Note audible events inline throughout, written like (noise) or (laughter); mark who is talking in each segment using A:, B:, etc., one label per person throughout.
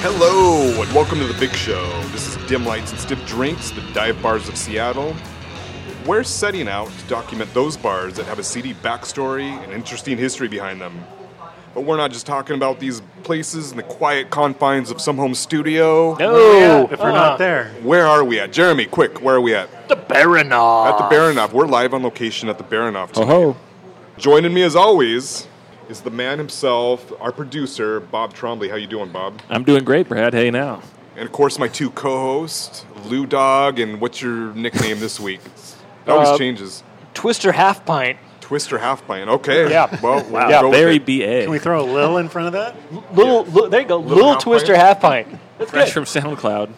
A: Hello, and welcome to the big show. This is Dim Lights and Stiff Drinks, the dive bars of Seattle. We're setting out to document those bars that have a seedy backstory and interesting history behind them. But we're not just talking about these places in the quiet confines of some home studio.
B: Oh.
C: No,
D: if we're
A: Uh-huh.
D: not there.
A: Where are we at? Jeremy, quick, where are we at?
C: the Baranov.
A: At the Baranov. We're live on location at the Baranov tonight.
B: Oh,
A: Joining me as always is the man himself, our producer, Bob Trombley. How you doing, Bob?
B: I'm doing great, Brad. Hey, now.
A: And of course, my two co-hosts, Lou Dog, and what's your nickname this week? It's- It always
C: Uh,
A: changes.
C: Twister half pint.
A: Twister half pint. Okay.
C: Yeah.
A: Well, wow.
B: Yeah, very BA.
D: Can we throw a Lil in front of that?
C: Little, li- there you go. Little,
A: half
C: Twister
A: pint?
C: half pint. That's
B: Fresh from
C: good.
B: SoundCloud.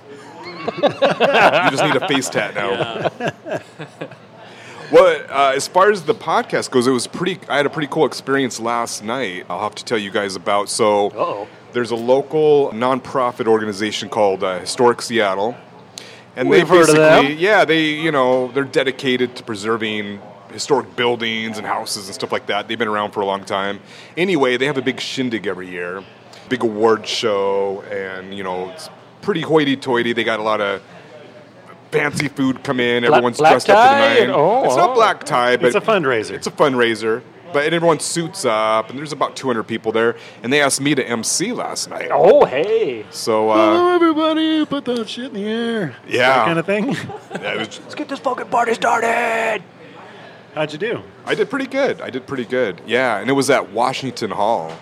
A: You just need a face tat now. (laughs) well, uh, as far as the podcast goes, it was pretty. I had a pretty cool experience last night. I'll have to tell you guys about. So,
C: Uh-oh.
A: there's a local nonprofit organization called uh, Historic Seattle, and
C: We've
A: they
C: heard of
A: basically,
C: them.
A: yeah, they you know they're dedicated to preserving historic buildings and houses and stuff like that. They've been around for a long time. Anyway, they have a big shindig every year, big award show, and you know it's pretty hoity-toity. They got a lot of fancy food come in. Everyone's
C: black
A: dressed up
C: tie
A: in
C: and-
A: nine.
C: oh,
A: it's
C: oh.
A: not black tie, but
D: It's a fundraiser.
A: It's a fundraiser. But and everyone suits up, and there's about 200 people there. And they asked me to MC last night.
C: Oh, hey. Let's
A: So uh,
D: everybody, put that shit in the air.
A: Yeah.
D: That kind of thing.
A: yeah, it was-
C: get this fucking party started.
D: How'd you do?
A: I did pretty good. I did pretty good. Yeah, and it was at Washington Hall.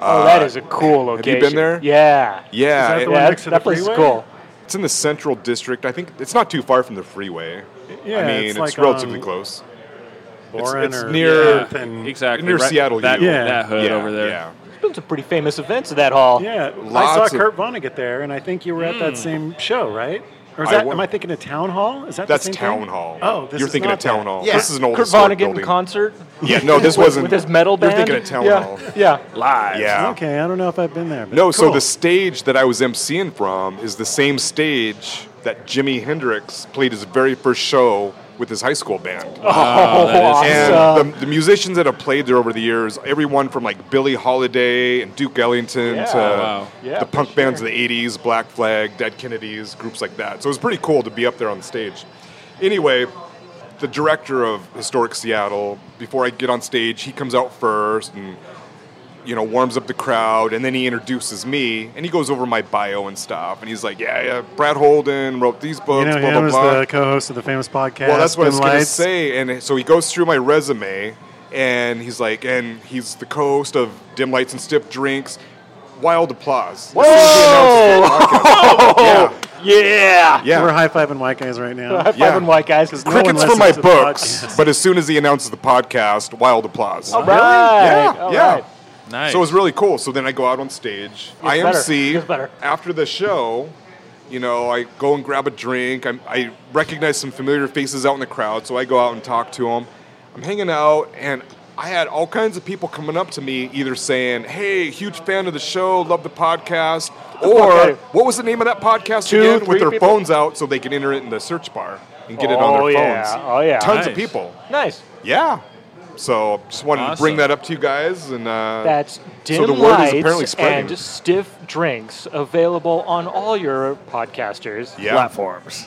C: oh, that is a cool
A: Uh, have you
C: location.
A: been there?
C: Yeah.
A: Yeah,
D: Is that the
A: it-
D: one
C: Yeah,
D: next to
C: that
D: the
C: place is
D: freeway?
C: cool.
A: it's in the central district. I think it's not too far from the freeway.
D: Yeah,
A: I mean
D: it's
A: it's,
D: like,
A: relatively
D: um,
A: close.
D: Boren
A: it's
D: or
A: near-
D: Bath and-
B: Exactly.
A: Near Seattle,
B: That,
A: you.
D: Yeah.
B: that hood
A: yeah,
B: over there.
A: Yeah.
C: There's been some pretty famous events at that hall.
D: Yeah, I
A: Lots
D: saw
A: of- Hmm.
D: Kurt Vonnegut there, and I think you were at that same show, right? Or is
A: I
D: that,
A: wa-
D: am I thinking of Town Hall? Is that
A: That's
D: the same
A: Town
D: thing?
A: Hall.
D: Oh, this
A: you're
D: is
A: thinking
D: not
A: of Town
D: that.
A: Hall.
C: Yeah.
A: This is an old
C: Kurt
A: historic
C: Vonnegut
A: building.
C: in concert
A: yeah, no, this
C: with-
A: wasn't
C: with his metal
A: You're
C: band.
A: thinking of Town
C: yeah.
A: Hall.
C: Yeah.
B: Live.
A: Yeah.
D: Okay, I don't know if I've been there. But
A: No, so
D: cool.
A: the stage that I was emceeing from is the same stage that Jimi Hendrix played his very first show with his high school band.
C: Oh,
B: that is-
A: And
C: awesome.
A: the, the musicians that have played there over the years, everyone from like Billie Holiday and Duke Ellington
C: Yeah.
A: to
B: Wow.
C: Yeah,
A: the
C: for
A: punk bands of the 80s, Black Flag, Dead Kennedys, groups like that. So it was pretty cool to be up there on the stage. Anyway, the director of Historic Seattle, before I get on stage, he comes out first and you know, warms up the crowd, and then he introduces me, and he goes over my bio and stuff, and he's like, "Yeah, yeah, Brad Holden wrote these
D: You
A: books,
D: know,
A: blah
D: him
A: blah
D: was
A: blah."
D: the co-host of the famous podcast.
A: Well, that's what I was
D: Dim
A: going to
D: Lights.
A: say. And so he goes through my resume, and he's like, and he's the co-host of Dim Lights and Stiff Drinks. Wild applause. Whoa! yeah,
C: (laughs) yeah.
A: yeah.
D: We're high-fiving white guys
A: (laughs)
D: right now.
C: High five and white guys.
D: Because no
A: Crickets
D: one
A: for my
D: listens to the
A: books,
D: podcast.
A: but as soon as he announces the podcast, wild applause.
C: All right. Oh.
A: Yeah,
C: All
A: yeah.
C: right.
A: (laughs)
B: Nice.
A: So it was really cool. So then I go out on stage. I
C: better.
A: MC.
C: It's better.
A: After the show, you know, I go and grab a drink. I, I recognize some familiar faces out in the crowd, so I go out and talk to them. I'm hanging out, and I had all kinds of people coming up to me, either saying, "Hey, huge fan of the show, love the podcast,"
C: out
A: or
C: of here.
A: what was the name of that podcast
C: Two,
A: again?
C: three
A: With their
C: people?
A: phones out, so they can enter it in the search bar and get it on
C: Oh,
A: their
C: yeah.
A: phones.
C: Oh, yeah.
A: Tons of
B: Nice.
A: people.
C: Nice.
A: Yeah. So just wanted to bring
B: Awesome.
A: that up to you guys, and uh,
C: That's dim
A: so the word
C: lights
A: is apparently spreading.
C: and stiff drinks available on all your podcasters.
A: yeah.
B: platforms.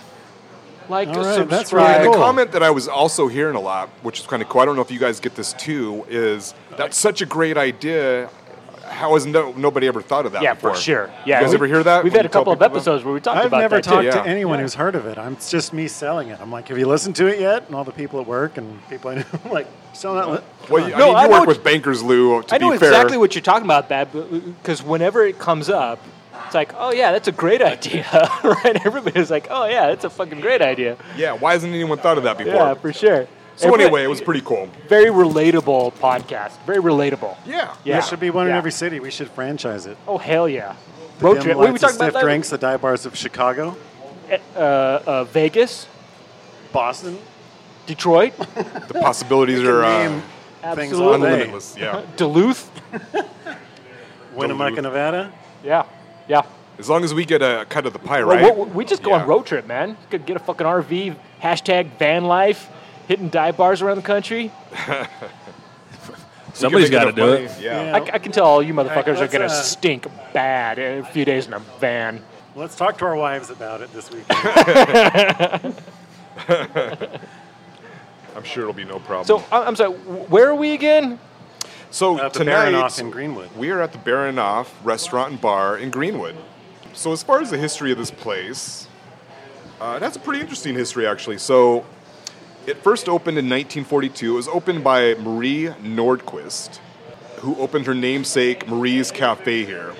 C: Like,
D: All right, that's really
A: And
C: subscribe.
A: the
D: Cool.
A: comment that I was also hearing a lot, which is kind of cool. I don't know if you guys get this too. Is that's such a great idea? How has no, nobody ever thought of that?
C: yeah,
A: before?
C: for sure. Yeah,
A: you guys
C: we-
A: ever hear that?
C: We've
A: when
C: had a
A: you tell
C: couple of
A: people that?
C: episodes where we talked
D: I've
C: about
D: never
C: that
D: talked
C: too.
A: Yeah.
D: to anyone who's heard of it. I'm it's just me selling it. I'm like, have you listened to it yet? And all the people at work and people I (laughs) know, I'm like, still not. Li-
A: Well, you- I
C: No,
A: mean, you
C: I know
A: work
C: what-
A: with Bankers Lou. To
C: I know
A: be fair,
C: exactly what you're talking about, that because whenever it comes up, it's like, oh yeah, that's a great idea, (laughs) right? Everybody's like, oh yeah, that's a fucking great idea.
A: Yeah, why hasn't anyone thought of that before?
C: Yeah, for sure.
A: so
C: Everybody-
A: anyway, it was pretty cool.
C: very relatable podcast. Very relatable.
A: Yeah.
C: Yeah.
D: There should be one in
C: Yeah.
D: every city. We should franchise it.
C: Oh hell yeah.
D: The
C: Road
D: Dim
C: trip. What were we
D: Lights of
C: talking about?
D: Stiff
C: that?
D: drinks, the dive bars of Chicago,
C: Uh, uh, Vegas,
D: Boston.
C: Detroit,
A: The possibilities are uh,
D: Name things
C: absolutely.
D: all day.
A: unlimitless. Yeah,
C: Duluth.
D: Winnemucca, Nevada.
C: Yeah, yeah.
A: as long as we get a cut of the pie,
C: Well,
A: right?
C: we- we just go
A: Yeah.
C: on road trip, man. Could get a fucking RV. Hashtag van life. Hitting dive bars around the country.
B: Somebody's
A: make
B: got to
A: enough
B: do
A: money.
B: it.
A: Yeah.
C: I, I can tell all you motherfuckers are
D: let's,
C: gonna
D: uh,
C: stink bad in a few days in a van.
D: Let's talk to our wives about
A: (laughs)
D: it this weekend.
A: I'm sure it'll be no problem.
C: So I- I'm sorry. wh- Where are we again?
A: So
D: At the
A: tonight
D: Baranoff in Greenwood.
A: we are at the Baranoff Restaurant and Bar in Greenwood. So as far as the history of this place, uh, that's a pretty interesting history actually. So it first opened in 1942. It was opened by Marie Nordquist, who opened her namesake Marie's Cafe here.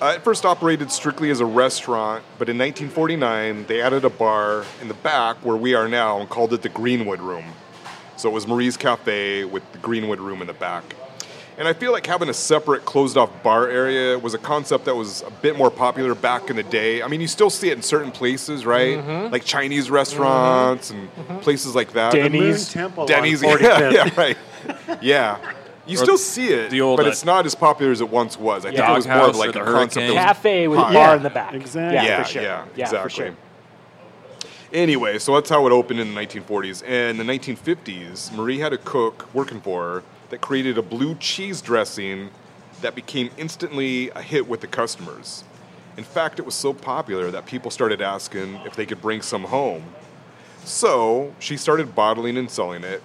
A: Uh, it first operated strictly as a restaurant, but in 1949 they added a bar in the back where we are now and called it the Greenwood Room. So it was Marie's Cafe with the Greenwood Room in the back. And I feel like having a separate closed off bar area was a concept that was a bit more popular back in the day. I mean, you still see it in certain places, right? Like Chinese restaurants and places like that.
C: Denny's.
D: Moon
C: Denny's.
D: Temple
A: Denny's,
D: on
A: (laughs)
D: 45th.
A: yeah, yeah, right. Yeah. You still see it,
B: the old,
A: but
B: uh,
A: it's not as popular as it once was. I think it was more
B: Doghouse
A: of like
B: or
A: a
B: the
A: concept. that
B: Hurricane.
A: was
C: Cafe with
A: hot.
C: a bar in the back.
D: exactly.
C: Yeah,
A: yeah,
C: for sure.
A: yeah,
C: exactly.
A: exactly. Anyway, so that's how it opened in the 1940s. And in the 1950s, Marie had a cook working for her that created a blue cheese dressing that became instantly a hit with the customers. In fact, it was so popular that people started asking if they could bring some home. So she started bottling and selling it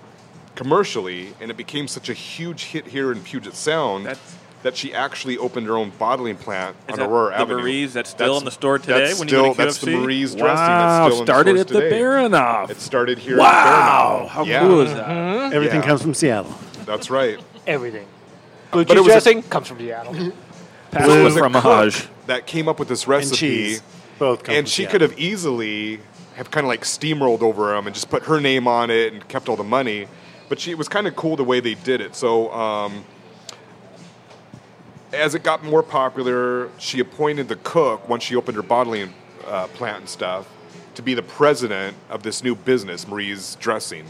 A: commercially, and it became such a huge hit here in Puget Sound
B: That's-
A: that she actually opened her own bottling plant
B: Is
A: on
B: that
A: Aurora
B: the
A: Avenue.
B: Marie's that's still in the store today
A: That's
B: when you
A: still,
B: go to
A: that's the
B: QFC?
A: Marie's dressing.
B: Wow,
A: that's still
B: started
A: in
B: at
A: the,
B: the
A: stores today.
B: Baranoff.
A: It started here.
B: wow,
A: At the
B: how
A: Baranoff. yeah, Mm-hmm.
B: cool is that?
D: Everything
A: Yeah.
D: comes from Seattle.
A: That's right.
C: Everything. Blue
A: But it
C: cheese
A: was a-
C: dressing comes from Seattle.
B: Pass
A: So it
B: the
A: was a
B: fromage.
A: cook That came up with this
D: And
A: recipe,
D: cheese. Both come
A: and
D: from
A: she
D: Seattle.
A: could have easily have kind of like steamrolled over them and just put her name on it and kept all the money. But she, it was kind of cool the way they did it. So um, as it got more popular, she appointed the cook once she opened her bottling uh, plant and stuff to be the president of this new business, Marie's Dressing.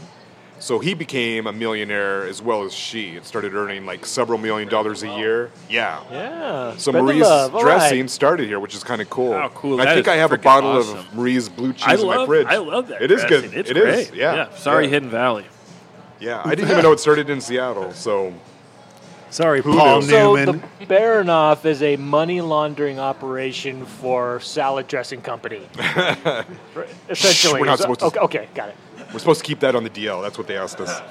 A: So he became a millionaire as well as she, and started earning like several million dollars a year. Yeah.
C: yeah.
A: So
C: spread the
A: Marie's
C: love, all
A: dressing
C: right.
A: started here, which is kind of cool.
B: How cool,
A: And I
B: that
A: think
B: is
A: I have a
B: freaking
A: bottle
B: awesome.
A: of Marie's blue cheese
B: I
A: in my
B: love,
A: fridge.
B: I love that.
A: It is
B: dressing.
A: good.
B: It's
A: It
B: great.
A: is, Yeah.
B: Sorry,
A: yeah.
B: Hidden Valley.
A: Yeah, I didn't even know it started in Seattle. So
D: Sorry,
A: Who
D: Paul
A: knew?
D: (laughs)
C: So
D: Newman.
C: the Baranoff is a money laundering operation for salad
A: (laughs)
C: dressing company. Essentially,
A: we're not
C: So-
A: supposed to-
C: okay, okay, got it.
A: we're supposed to keep that on the DL. That's what they asked us.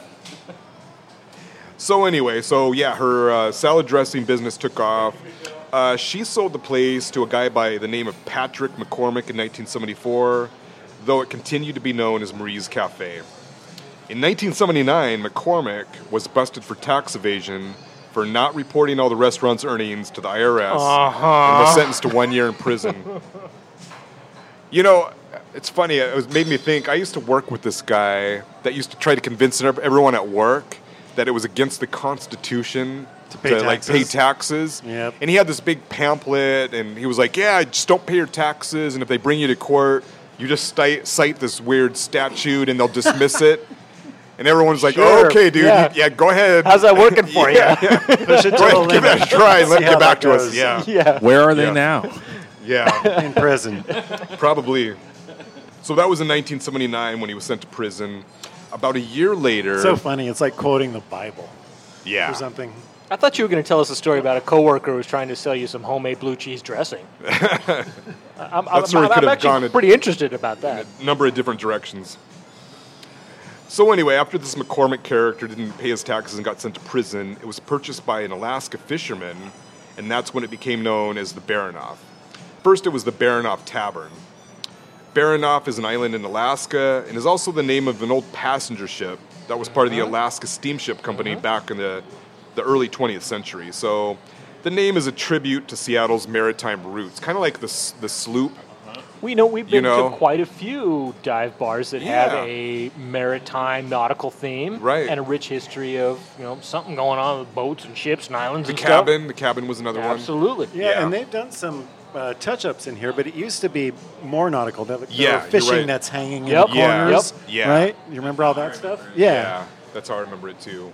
A: So anyway, so yeah, her uh, salad dressing business took off. Uh, she sold the place to a guy by the name of Patrick McCormick in 1974, though it continued to be known as Marie's Cafe. In 1979, McCormick was busted for tax evasion for not reporting all the restaurant's earnings to the IRS
D: Uh-huh.
A: and was sentenced to one year in prison. you know, it's funny. It was, made me think. I used to work with this guy that used to try to convince ev- everyone at work that it was against the Constitution to,
D: pay
A: like pay
D: taxes.
A: taxes.
D: Yep.
A: And he had this big pamphlet, and he was like, "Yeah, just don't pay your taxes, and if they bring you to court, you just cite, cite this weird statute, and they'll dismiss it." And everyone's like,
C: Sure,
A: okay, dude,
C: yeah.
A: yeah. yeah, go ahead.
C: How's that
A: (laughs)
C: working for
A: yeah, yeah.
D: Push it to
A: Go
D: the
A: ahead, give
D: limit
A: that a try and let
D: See
A: them get
D: how
A: back
D: that
A: to us.
D: goes.
C: (laughs)
A: Yeah,
C: you? (laughs) Yeah.
B: Where are they
A: Yeah.
B: now?
A: yeah,
D: in prison.
A: probably. So that was in 1979 when he was sent to prison. About a year later,
D: so funny. It's like quoting the Bible or
A: yeah,
D: something.
C: I thought you were going to tell us a story about a coworker who was trying to sell you some homemade blue
A: (laughs)
C: cheese dressing. I'm, I'm,
A: That's where it
C: I'm
A: could have
C: actually
A: gone.
C: pretty interested about that.
A: number of different directions. So anyway, after this McCormick character didn't pay his taxes and got sent to prison, it was purchased by an Alaska fisherman, and that's when it became known as the Baranoff. First, it was the Baranoff Tavern. Baranoff is an island in Alaska and is also the name of an old passenger ship that was part of the Alaska Steamship Company back in the, the early 20th century. So the name is a tribute to Seattle's maritime roots, kind of like the, s- the sloop
C: We know we've been
A: You know?
C: to quite a few dive bars that have
A: Yeah.
C: a maritime nautical theme
A: Right.
C: and a rich history of you know something going on with boats and ships and islands
A: The
C: and
A: cabin, the cabin was another
C: Stuff.
A: one.
C: Absolutely.
D: Yeah,
A: Yeah.
D: and they've done some uh, touch-ups in here, but it used to be more nautical. There, there
A: Yeah,
D: were
A: you're
D: fishing
A: right.
D: nets hanging
C: Yep.
D: in the
A: Yeah.
D: corners.
A: Yep. Yeah.
D: Right? You remember all that stuff? Yeah.
A: Yeah, that's how I remember it too.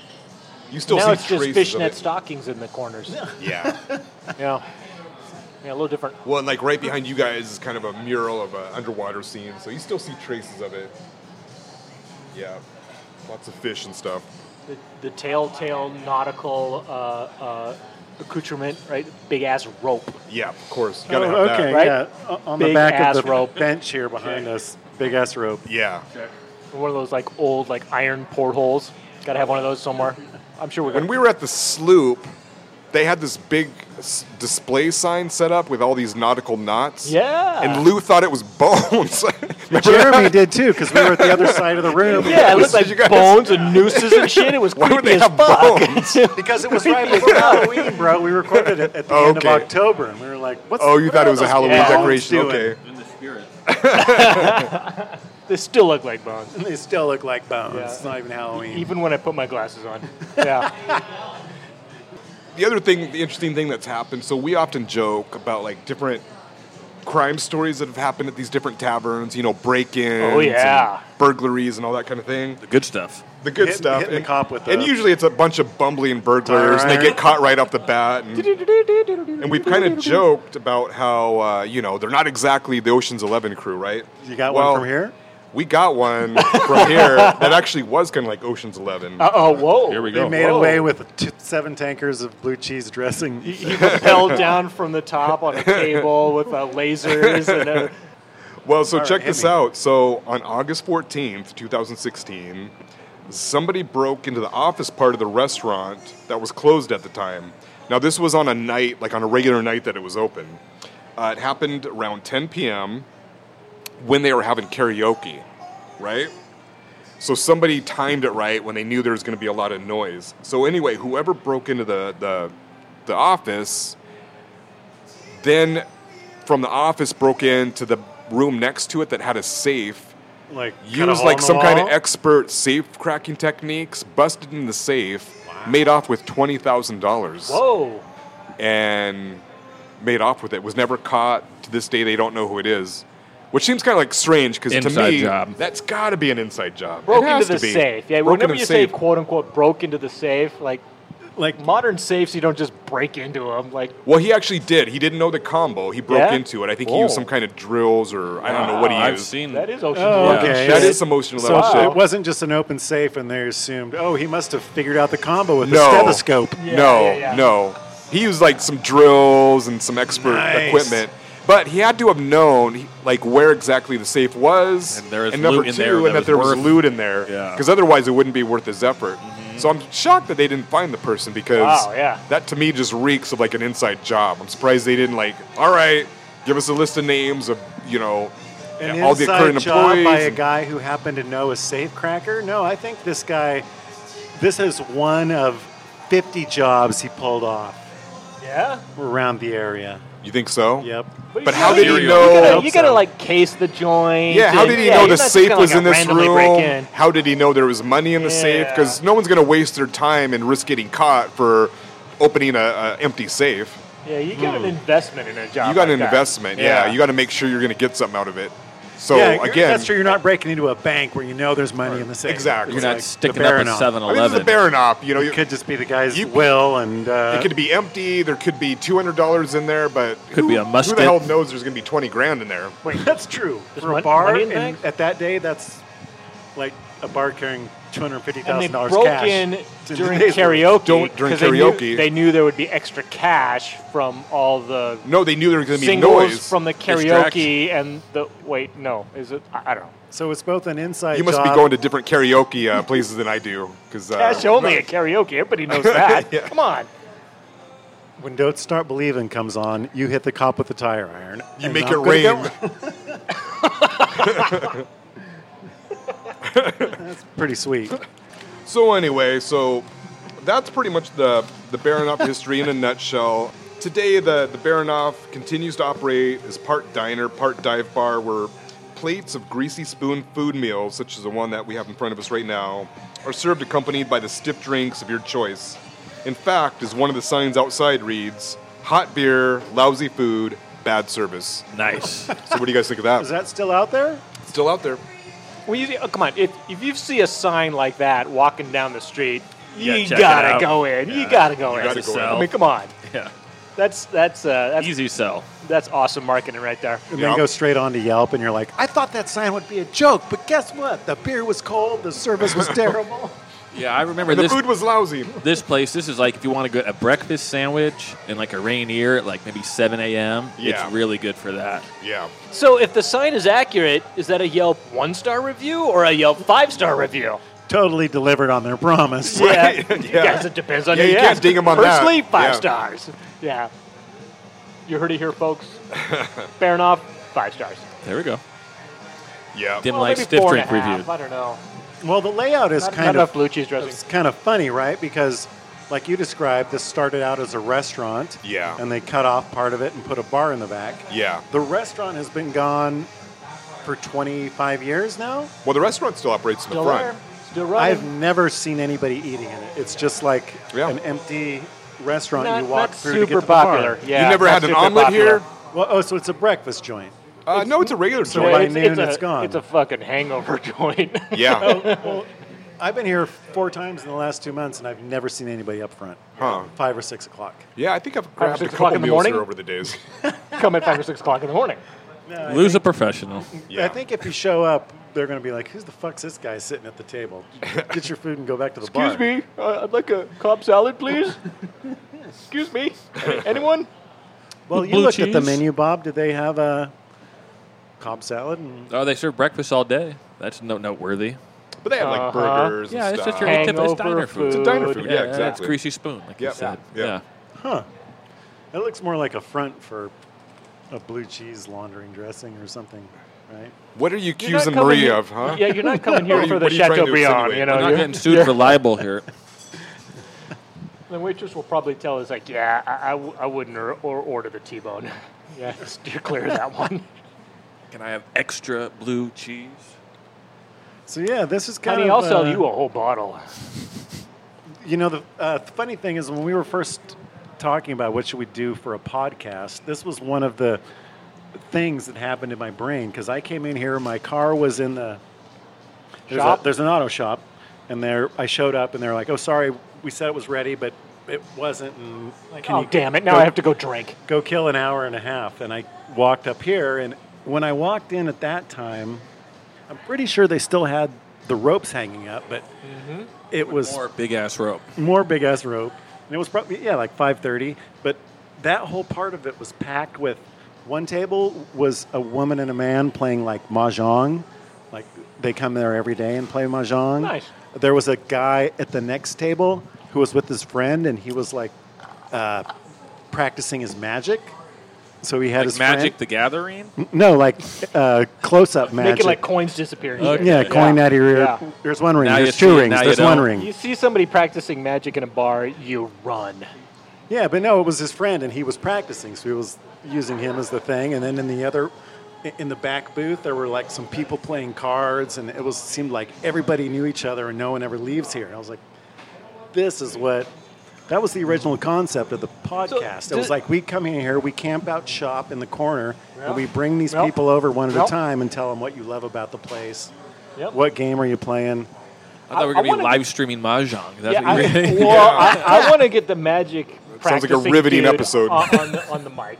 A: You still
C: Now
A: see
C: it's just
A: traces of
C: fishnet
A: it.
C: stockings in the corners. (laughs)
A: Yeah.
C: yeah. Yeah, a little different.
A: well, and like right behind you guys is kind of a mural of an underwater scene, so you still see traces of it. Yeah. Lots of fish and stuff.
C: the, the telltale nautical uh, uh, accoutrement, right? Big ass rope.
A: Yeah, of course. You gotta
D: Oh,
A: have
D: okay,
A: that.
C: Right?
D: yeah. O- On the
C: Big
D: back
C: ass
D: of the
C: rope.
D: bench here behind us, big ass rope.
A: Yeah.
C: One of those like old like iron portholes. Got to have one of those somewhere. I'm sure we're
A: When
C: gonna.
A: we were at the sloop, they had this big s- display sign set up with all these nautical knots.
C: (laughs) Yeah.
A: And Lou thought it was (laughs) bones. (laughs) Remember that?
D: Jeremy did too, because we were at the other side of the room.
C: (laughs) yeah, it looked
A: Did
C: like
A: (laughs) you guys-
C: bones and nooses and shit. It was
A: Why
C: creepy
A: would they
C: as
A: have
C: fuck.
A: bones?
D: Because it was right before Halloween, bro. We recorded it at the end
A: Okay.
D: of October, and we were like, "What's
A: Oh, you
D: what
A: thought
D: are
A: it was a
C: (laughs)
D: those
A: Halloween
D: bones
A: decoration.
D: doing?
A: Okay.
B: In the spirit.
C: (laughs) they still look like
A: (laughs)
D: (laughs)
C: bones,
D: They still look like bones.
C: Yeah.
D: It's not even Halloween.
C: even when I put my
A: (laughs)
C: glasses on. Yeah.
A: the other thing, the interesting thing that's happened, so we often joke about like different crime stories that have happened at these different taverns, you know, break ins,
C: Oh, yeah.
A: burglaries, and all that kind of thing.
B: The good stuff.
A: The good
D: Hit-
A: stuff.
D: hitting the
A: and,
D: cop with
A: and
D: the-
A: usually it's a bunch of bumbling burglars, and they
D: Tire
A: get
D: iron.
A: caught right off the bat. And, and we've kind of
C: (laughs)
A: joked about how, uh, you know, they're not exactly the Ocean's Eleven crew, right?
D: You got
A: Well,
D: one from here?
A: We got one from
D: (laughs)
A: here that actually was kind of like Ocean's Eleven.
C: Uh oh! Whoa!
A: Here we
D: They
A: go.
D: made
C: Whoa.
D: away with t- seven tankers of blue cheese dressing. (laughs)
C: He- He rappelled down from the
A: (laughs)
C: top on a table with uh, lasers and uh,
A: Well, so
D: All right,
A: check
D: hit
A: this
D: me.
A: out. So on August 14th, 2016, somebody broke into the office part of the restaurant that was closed at the time. Now, this was on a night, like on a regular night that it was open. Uh, it happened around 10 p.m. when they were having karaoke, right? So somebody timed it right when they knew there was going to be a lot of noise. So anyway, whoever broke into the, the, the office then from the office broke into the room next to it that had a safe
D: Like cut a
A: used
D: hole in
A: like
D: the
A: some kind of
D: wall.
A: expert safe cracking techniques busted in the safe made off with $20000
C: whoa!
A: and made off with it was never caught to this day they don't know who it is which seems kind of like strange because to
B: Inside
A: me
B: job.
A: that's got to be an inside job
C: Broke
A: it
C: into
A: has
C: the
A: to be.
C: safe. Yeah,
A: broke
C: whenever
A: into the
C: you say
A: safe
C: "quote unquote" broke into the safe, like
D: like
C: modern safes, you don't just break into them. Like
A: well he actually did he didn't know the combo he broke
C: Yeah?
A: into it i think he
C: Whoa.
A: used some kind of drills or i don't know what he
B: I've
A: used
B: seen
C: that is ocean.
D: Oh,
B: Yeah.
D: okay.
A: that
D: Yeah.
A: is some emotional
D: So
A: level shit
D: it wasn't just an open safe, and they assumed, oh, he must have figured out the combo with the
A: No.
D: stethoscope.
C: Yeah,
A: no,
C: yeah, yeah.
A: no. He used like some drills and some expert
D: Nice.
A: equipment, but he had to have known he- like where exactly the safe was,
B: And there is
A: number
B: loot
A: two,
B: in there
A: and
B: that
A: that
B: was
A: there was
B: worth-
A: loot in there,
B: Yeah. Mm-hmm.
A: because otherwise it wouldn't be worth his effort. So I'm shocked that they didn't find the person because
C: Wow, yeah.
A: that to me just reeks of like an inside job. I'm surprised they didn't like, all right, give us a list of names of you know
D: An
A: all the
D: inside
A: current
D: job
A: employees.
D: by a
A: and-
D: guy who happened to know a safe cracker? No, I think this guy, this is one of 50 jobs he pulled off
C: Yeah,
D: around the area.
A: you think so?
D: Yep.
C: you
A: But
C: gotta-
A: how did he
C: you
A: know-
C: Gotta, you
D: Hope
C: gotta
D: so.
C: like case the joint.
A: Yeah, how
C: and-
A: did he
C: yeah,
A: know
C: you're
A: the
C: not just
A: safe
C: gonna,
A: was
C: like,
A: in this
C: randomly break
A: room?
C: in.
A: How did he know there was money in the safe?
C: Yeah.
A: Because no one's going to waste their time and risk getting caught for opening a, a empty safe.
C: Yeah, you got an investment in a
D: Oh
C: job.
A: Hmm. You got
C: like
A: an
C: that.
A: investment, yeah. You got to make sure you're going to get something out of it. So
D: yeah, you're-
A: again,
D: that's true. You're not breaking into a bank where you know there's money in the safe.
A: Exactly.
B: You're
A: It's
B: not
A: like
B: sticking
D: the
B: up a
D: Baronoff.
B: 7
A: I mean, this is a
B: Eleven.
A: Baranop. You know, you,
D: It could just be the guy's
A: You-
D: will, and uh,
A: it could be empty. There could be two hundred dollars in there, but
B: Could
A: who,
B: be a
A: Who the
B: musket.
A: hell knows? There's going to be twenty grand in there.
D: Wait, (laughs) that's true.
C: There's
D: For
C: mon-
D: a bar,
C: money in the
D: and
C: bank?
D: at that day, that's like a bar carrying two hundred fifty
C: And they
D: thousand dollars
C: broke
D: cash.
C: in (laughs)
D: (laughs) to
C: during
D: today's
C: karaoke.
A: Don't- during
C: 'cause they knew-
A: karaoke.
C: they knew there would be extra cash from all the
A: No, they knew there was going to be
C: singles
A: noise.
C: from the
B: Distract.
C: karaoke and the wait no is it I, I don't know
D: So it's both an inside.
A: you must
D: job.
A: be going to different karaoke uh, places than I do, because uh,
C: cash only at karaoke
A: (laughs)
C: everybody knows that
A: Yeah.
C: come on
D: when "Don't Start Believing" comes on. You hit the cop with the tire iron.
A: You
D: and
A: make
D: I'm
A: it
D: gonna
A: rain.
D: go- Pretty sweet.
A: So anyway, so that's pretty much the the Baronoff history in a nutshell. Today, the the Baronoff continues to operate as part diner, part dive bar, where plates of greasy spoon food meals, such as the one that we have in front of us right now, are served accompanied by the stiff drinks of your choice. In fact, as one of the signs outside reads, "Hot beer, lousy food, bad service." (laughs)
B: Nice.
A: So, what do you guys think of that?
D: (laughs) Is that still out there?
A: It's still out there?
C: well you, oh, come on if, if you see a sign like that walking down the street
B: You gotta
C: you
B: check it
C: gotta
B: out.
C: go in
B: Yeah.
C: you gotta go in
A: gotta go
C: I
B: in.
C: mean come on
B: yeah.
C: That's that's uh, that's
B: Easy sell.
C: that's awesome marketing right there.
D: And
A: Yeah.
D: then go straight on to Yelp, and you're like, I thought that sign would be a joke, but guess what? The beer was cold, the service
C: (laughs)
D: was terrible.
B: Yeah, I remember
A: And the
B: this.
A: food was lousy.
B: this place, this is like if you want to get a breakfast sandwich and like a rainier at like maybe 7 a.m.
A: Yeah.
B: It's really good for that.
A: Yeah.
C: So if the sign is accurate, is that a Yelp one star review or a Yelp five star review?
D: totally delivered on their promise.
A: Right,
C: Yeah,
A: yeah.
C: I guess it depends on
A: Yeah,
C: who
A: you
C: you
A: can't
C: ask.
A: ding 'em on that.
C: Personally, five
A: Yeah.
C: stars. Yeah, you heard it here, folks. Fair enough. Five stars.
B: There we go.
A: Yeah.
B: Dim
C: Well,
B: light
C: maybe
B: stiff
C: four and
B: drink
C: a half.
B: review.
C: I don't know.
D: Well, the layout is
C: Not, not
D: kind
C: enough
D: of
C: blue cheese dressing.
D: it's kind of funny, right? Because like you described, this started out as a restaurant.
A: Yeah.
D: And they cut off part of it and put a bar in the back.
A: Yeah.
D: The restaurant has been gone for 25 years now.
A: Well, the restaurant still operates in the
C: Still
A: front.
C: there. Still running.
D: I've never seen anybody eating in it. It's just like
A: Yeah.
D: an empty restaurant
C: not,
D: you walk
C: not
D: through
C: super
D: to get to the bar.
C: popular. Yeah,
A: you never
C: not
A: had an
C: super
A: omelet
C: popular.
A: here?
D: Well, oh, so it's a breakfast joint.
A: Uh, no, it's a regular
D: So
A: store.
D: by
C: it's,
D: noon,
C: it's a,
D: it's gone.
C: It's a fucking hangover (laughs) joint. (laughs) Oh.
A: Yeah.
D: well, I've been here four times in the last two months, and I've never seen anybody up front.
A: Huh.
D: Five or six o'clock.
A: Yeah, I think I've grabbed a
C: six o'clock
A: couple
C: in the
A: meals here
C: morning?
A: over the days. (laughs)
C: Come at five or six o'clock in the morning.
A: Uh,
B: Lose a professional.
A: Yeah.
D: I think if you show up, they're going to be like, "Who's the fuck's this guy sitting at the
A: (laughs)
D: table? Get your food and go back to the bar."
C: me, uh, I'd like a cob salad, please. Excuse me, anyone?
D: Well, you
B: Blue
D: looked at the
B: cheese?
D: menu, Bob. Did they have a cob salad? And
B: Oh, they serve breakfast all day. That's no noteworthy.
A: But they had like
C: Uh-huh.
A: burgers
B: Yeah,
A: and
B: it's
A: stuff.
B: just your typical diner
C: (laughs) Hangover
B: food.
C: food.
A: It's a diner food. Yeah,
B: It's
A: exactly.
B: greasy spoon, like
A: Yeah.
B: you said.
A: Yeah.
B: Yeah.
D: huh? That looks more like a front for a blue cheese laundering dressing or something, right?
A: What are you
C: You're not
A: accusing
C: coming
A: Marie
C: here-
A: of, huh?
C: Yeah,
A: (laughs)
C: you're not coming
A: What
C: here
A: are you-
C: for the
A: what are you trying to
C: Chateaubriand,
A: insinuate?
C: you
B: We're
C: know.
B: not
C: You're,
B: getting sued for
A: (laughs)
B: libel here.
C: the waitress will probably tell us, like, yeah, I, I w- I wouldn't or, or order the T-bone. (laughs) yeah, steer clear of that one.
B: Can I have extra blue cheese?
D: So yeah, this is kind
C: Honey,
D: of.
C: I'll sell
D: uh,
C: you a whole bottle.
D: You know, the, uh, the funny thing is when we were first talking about what should we do for a podcast, this was one of the things that happened in my brain because I came in here, my car was in the there's, a-
C: Shop?
D: there's an auto shop, and there I showed up and they're like, "Oh, sorry, we said it was ready, but it wasn't." And can
C: oh,
D: you
C: damn it! Now
D: go-
C: I have to go drink.
D: go kill an hour and a half. And I walked up here, and when I walked in at that time, I'm pretty sure they still had the ropes hanging up, but
C: Mm-hmm.
D: it was
B: Or big ass rope.
D: more big ass rope, and it was probably yeah like 5:30. But that whole part of it was packed with one table was a woman and a man playing like mahjong, like they come there every day and play mahjong.
C: Nice.
D: There was a guy at the next table who was with his friend, and he was like uh, practicing his magic. So he had his
B: Like Magic
D: friend-
B: the Gathering?
D: no, like uh, close up magic.
C: Making like coins disappear.
B: Okay.
D: yeah, coin out of your ear.
C: Yeah.
D: There's one ring.
B: Now you
D: There's
B: see
D: two
B: it,
D: rings.
B: now you
D: There's one
B: don't.
D: ring.
C: You see somebody practicing magic in a bar, you run.
D: Yeah, but no, it was his friend, and he was practicing, so he was using him as the thing. And then in the other, in the back booth, there were like some people playing cards, and it was seemed like everybody knew each other, and no one ever leaves here. And I was like, this is what. That was the original concept of the podcast. it was
C: did-
D: like we come in here, we camp out shop in the corner,
C: Yeah.
D: and we bring these
C: Yep.
D: people over one at
C: Yep.
D: a time and tell them what you love about the place.
C: Yep.
D: What game are you playing?
B: I thought we were
C: I- I
B: going to be
C: wanna-
B: live streaming Mahjong. That's
C: Yeah,
B: what you
C: I,
B: (laughs)
C: well,
D: (laughs)
C: I, I want to get the magic.
A: sounds like a
C: practicing
A: riveting
C: dude
A: episode.
C: on,
D: (laughs)
C: on the, on the mic.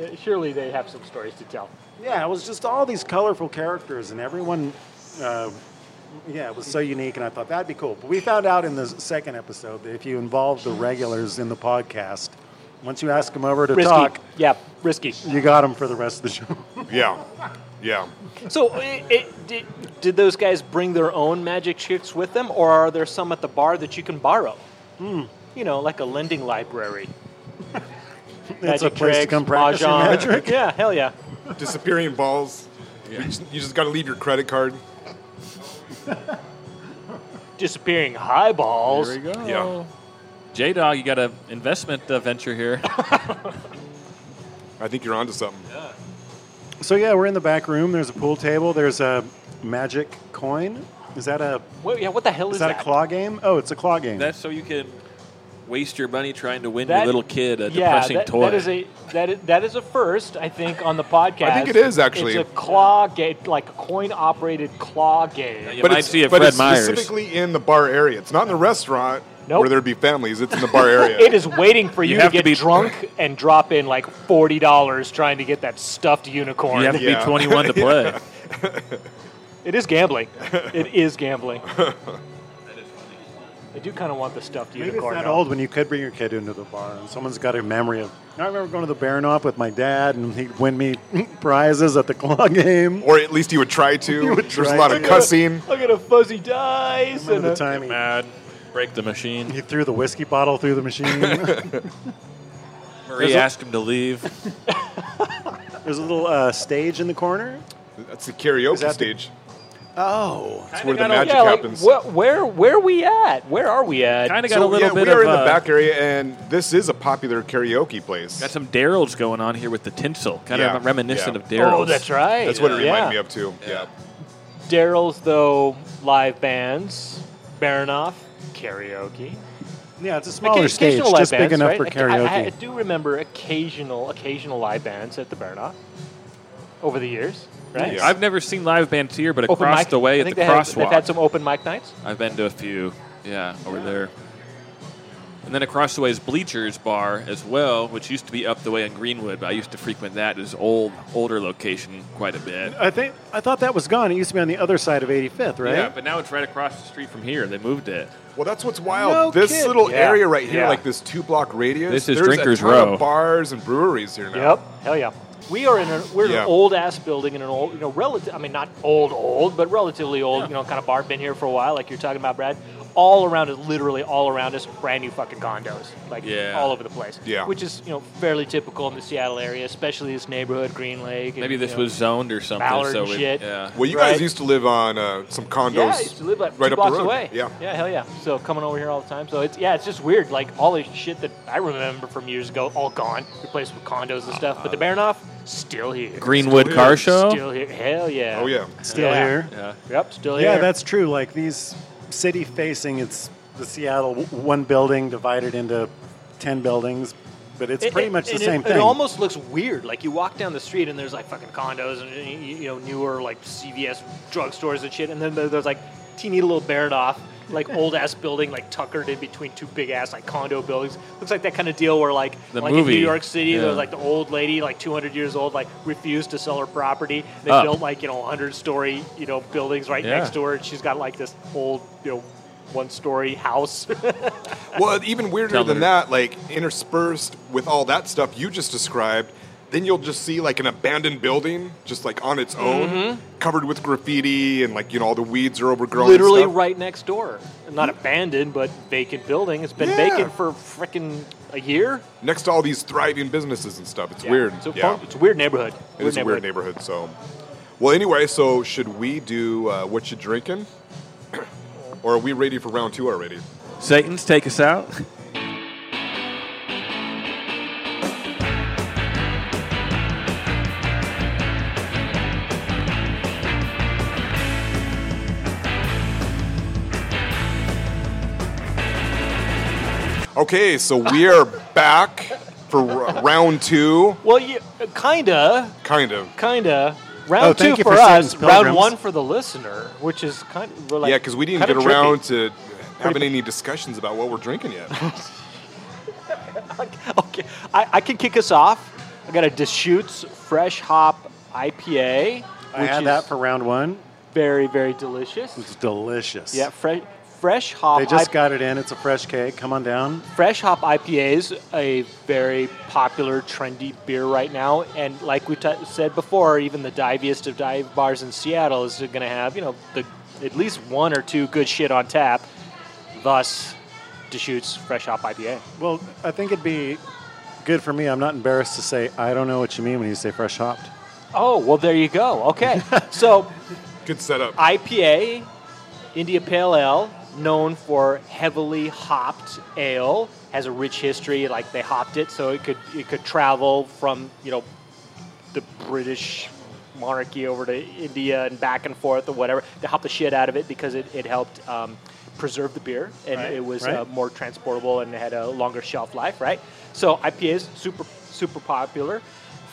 C: Uh, Surely they have some stories to tell.
D: Yeah, it was just all these colorful characters, and everyone, uh, yeah, it was so unique, and I thought that'd be cool. But we found out in the second episode that if you involve the regulars in the podcast, once you ask them over to
C: Risky,
D: talk,
C: yeah, risky.
D: you got them for the rest of the show. (laughs)
A: yeah. Yeah.
C: So, it, it, did did those guys bring their own magic tricks with them, or are there some at the bar that you can borrow?
D: Hmm.
C: You know, like a lending library.
D: That's a
C: magic
D: place to
C: tricks,
D: come practice your
C: mahjong.
D: magic.
C: Yeah, hell yeah.
A: Disappearing balls. You just, you just got to leave your credit card.
C: Disappearing highballs.
B: There we go.
A: Yeah.
B: J Dog, you got an investment uh, venture here.
A: I think you're onto something.
D: So yeah, we're in the back room. There's a pool table. There's a magic coin. Is that a
C: Wait, yeah, what the hell
D: is
C: is
D: that a claw game? Oh, it's a claw
B: (laughs)
D: game.
B: That's so you can waste your money trying to win
C: That-
B: your little kid a
C: yeah,
B: depressing
C: that,
B: toy.
C: that is a that is, that is a first, I think, on the podcast.
A: I think it is, actually.
C: It's a claw game, like a coin-operated claw game.
B: You might
A: it's,
B: see a
A: but
B: Fred
A: it's
B: Myers.
A: specifically in the bar area. It's not in the restaurant.
C: Nope.
A: where there'd be families. It's in the
C: (laughs)
A: bar area.
C: It is waiting for you, to
B: have to
C: get
B: be-
C: drunk and drop in like forty dollars trying to get that stuffed unicorn.
B: You have to
A: Yeah.
B: be 21 to play.
A: (laughs)
C: It is gambling. it
A: (laughs)
C: is gambling. I do kind of want the stuffed
D: Maybe it's
C: unicorn.
D: that
C: though.
D: old when you could bring your kid into the bar and someone's got a memory of. I remember going to the Baranoff with my dad and he'd win me (laughs) prizes at the claw (laughs) game.
A: or at least you would try to.
D: You would
A: There's
D: try
A: a lot
D: to.
A: of cussing.
C: Look at a fuzzy dice and
D: Remember
C: a,
D: the time
B: (laughs)
D: he,
B: Mad. Break the machine.
D: he threw the whiskey bottle through the
C: (laughs)
D: machine. There's
B: Marie asked him to leave. (laughs)
D: a little uh, stage in the corner.
A: That's the karaoke
D: that the-
A: stage.
D: Oh,
A: That's where the
B: got a-
A: magic
C: yeah, like,
A: happens.
C: wh- where where we at? Where are we at?
B: Kind of got
A: So,
B: a little
A: yeah,
B: bit
A: we are
B: of.
A: in the
B: uh,
A: back area, and this is a popular karaoke place.
B: Got some Daryl's going on here with the tinsel. Kind
A: Yeah.
B: of reminiscent
A: Yeah.
B: of Daryl's.
C: oh, that's right.
A: That's what it reminded
C: yeah.
A: me of too. Yeah.
C: Daryl's though live bands, Baranoff karaoke.
D: yeah, it's a
C: Occa-
D: smaller stage,
C: occasional live
D: just big
C: bands,
D: enough
C: right?
D: for
C: Occa- I, I
D: karaoke.
C: do remember occasional occasional live bands at the Baranoff over the years, right?
D: Nice.
B: I've never seen live bands here, but
C: Open
B: across
C: mic-
B: the way
C: I
B: at the
C: think they had-
B: crosswalk,
C: They've had some open mic nights.
B: I've been to a few. Yeah, over there. And then across the way is Bleachers Bar as well, which used to be up the way in Greenwood. But I used to frequent that as old, older location quite a bit.
D: I think I thought that was gone. It used to be on the other side of 85th, right?
B: Yeah, but now it's right across the street from here. They moved it.
A: Well, that's what's wild.
D: No
A: this
D: kidding.
A: little
C: Yeah.
A: area right here,
C: Yeah.
A: like this two block radius.
B: This is
A: there's
B: Drinker's
A: a ton
B: Row.
A: Of bars and breweries here now.
C: Yep. Hell yeah. We are in a we're in
A: Yeah.
C: an old ass building in an old you know relative I mean not old old but relatively old you know kind of bar been here for a while like you're talking about Brad. All around us, literally all around us, brand new fucking condos, like
B: Yeah.
C: all over the place.
A: Yeah.
C: which is you know fairly typical in the Seattle area, especially this neighborhood, Green Lake. and,
B: Maybe
C: you
B: this
C: know,
B: was zoned or something.
C: Ballard
B: so
C: and
B: it-
C: shit.
B: Yeah.
A: Well, you
C: Right.
A: guys used to live on uh, some condos
C: Yeah, I used to live like
A: right
C: two
A: up
C: blocks
A: the road.
C: away.
A: Yeah.
C: yeah, hell yeah. So coming over here all the time. So it's yeah, it's just weird. Like all the shit that I remember from years ago, all gone, replaced with condos and stuff. But the
A: Uh-huh.
C: Baranoff still here.
B: Greenwood
A: Still
B: Car
A: here.
B: Show.
C: Still here. Hell yeah.
A: Oh yeah.
D: Still
C: Yeah.
D: here.
B: yeah.
C: Yep, still
D: Yeah,
C: here.
D: that's true. Like these city facing, it's the Seattle w- one building divided into ten buildings, but it's
C: It-
D: pretty
C: it-
D: much the
C: and
D: same
C: it,
D: thing.
C: It almost looks weird. Like you walk down the street and there's like fucking condos and you, you know newer like CVS drugstores and shit, and then there- there's like teeny little Baranoff,
D: (laughs)
C: like old ass building like tuckered in between two big ass like condo buildings. Looks like that kind of deal where like
B: The
C: like
B: movie.
C: in New York City, there
B: Yeah.
C: was like the old lady like 200 years old like refused to sell her property. They
B: Up.
C: built like you know 100 story you know buildings right
B: Ah. Yeah.
C: next to her, and she's got like this old you know one story house. (laughs)
A: Well, even weirder
B: Tell
A: than
B: her.
A: that, like interspersed with all that stuff you just described, then you'll just see like an abandoned building just like on its own,
C: Mm-hmm.
A: covered with graffiti and like you know all the weeds are overgrown. and
C: literally
A: stuff.
C: right next door. Not abandoned, but vacant building. It's been
A: Yeah.
C: vacant for frickin' a year.
A: next to all these thriving businesses and stuff. It's
C: Yeah.
A: weird.
C: It's a,
A: yeah.
C: fun- it's a weird neighborhood.
A: It is a weird neighborhood. So, well, anyway, so should we do uh, what you drinking, or are we ready for round two already?
B: Satan's take us out.
A: Okay, so we are back for r- round two,
C: Well, you, kinda,
A: kind of.
C: kinda. Round
D: Oh,
C: two
D: thank you
C: for,
D: for
C: us,
D: Satan's
C: round
D: Pilgrims.
C: one for the listener, which is kind of we're like
A: yeah, because we didn't
C: kinda
A: get around to having
C: Pretty-
A: any discussions about what we're drinking yet.
C: (laughs) tricky. (laughs) okay, I, I can kick us off. I got a Deschutes fresh hop IPA, which
D: I had
C: is
D: that for round one.
C: very very delicious.
D: It's delicious.
C: Yeah, fresh fresh hop.
D: They just
C: IPA.
D: got it in. It's a fresh cake. Come on down.
C: Fresh hop IPAs, a very popular, trendy beer right now, and like we t- said before, even the diviest of dive bars in Seattle is going to have you know the at least one or two good shit on tap. Thus, Deschutes Fresh Hop IPA.
D: Well, I think it'd be good for me. I'm not embarrassed to say I don't know what you mean when you say fresh hopped.
C: Oh well, there you go. Okay, so
A: Good setup.
C: IPA, India Pale Ale, known for heavily hopped ale, has a rich history. Like they hopped it, so it could it could travel from you know the British monarchy over to India and back and forth or whatever. They hopped the shit out of it because it, it helped um, preserve the beer and
D: Right,
C: it was uh,
D: right.
C: more transportable and had a longer shelf life, right? So IPAs super super popular.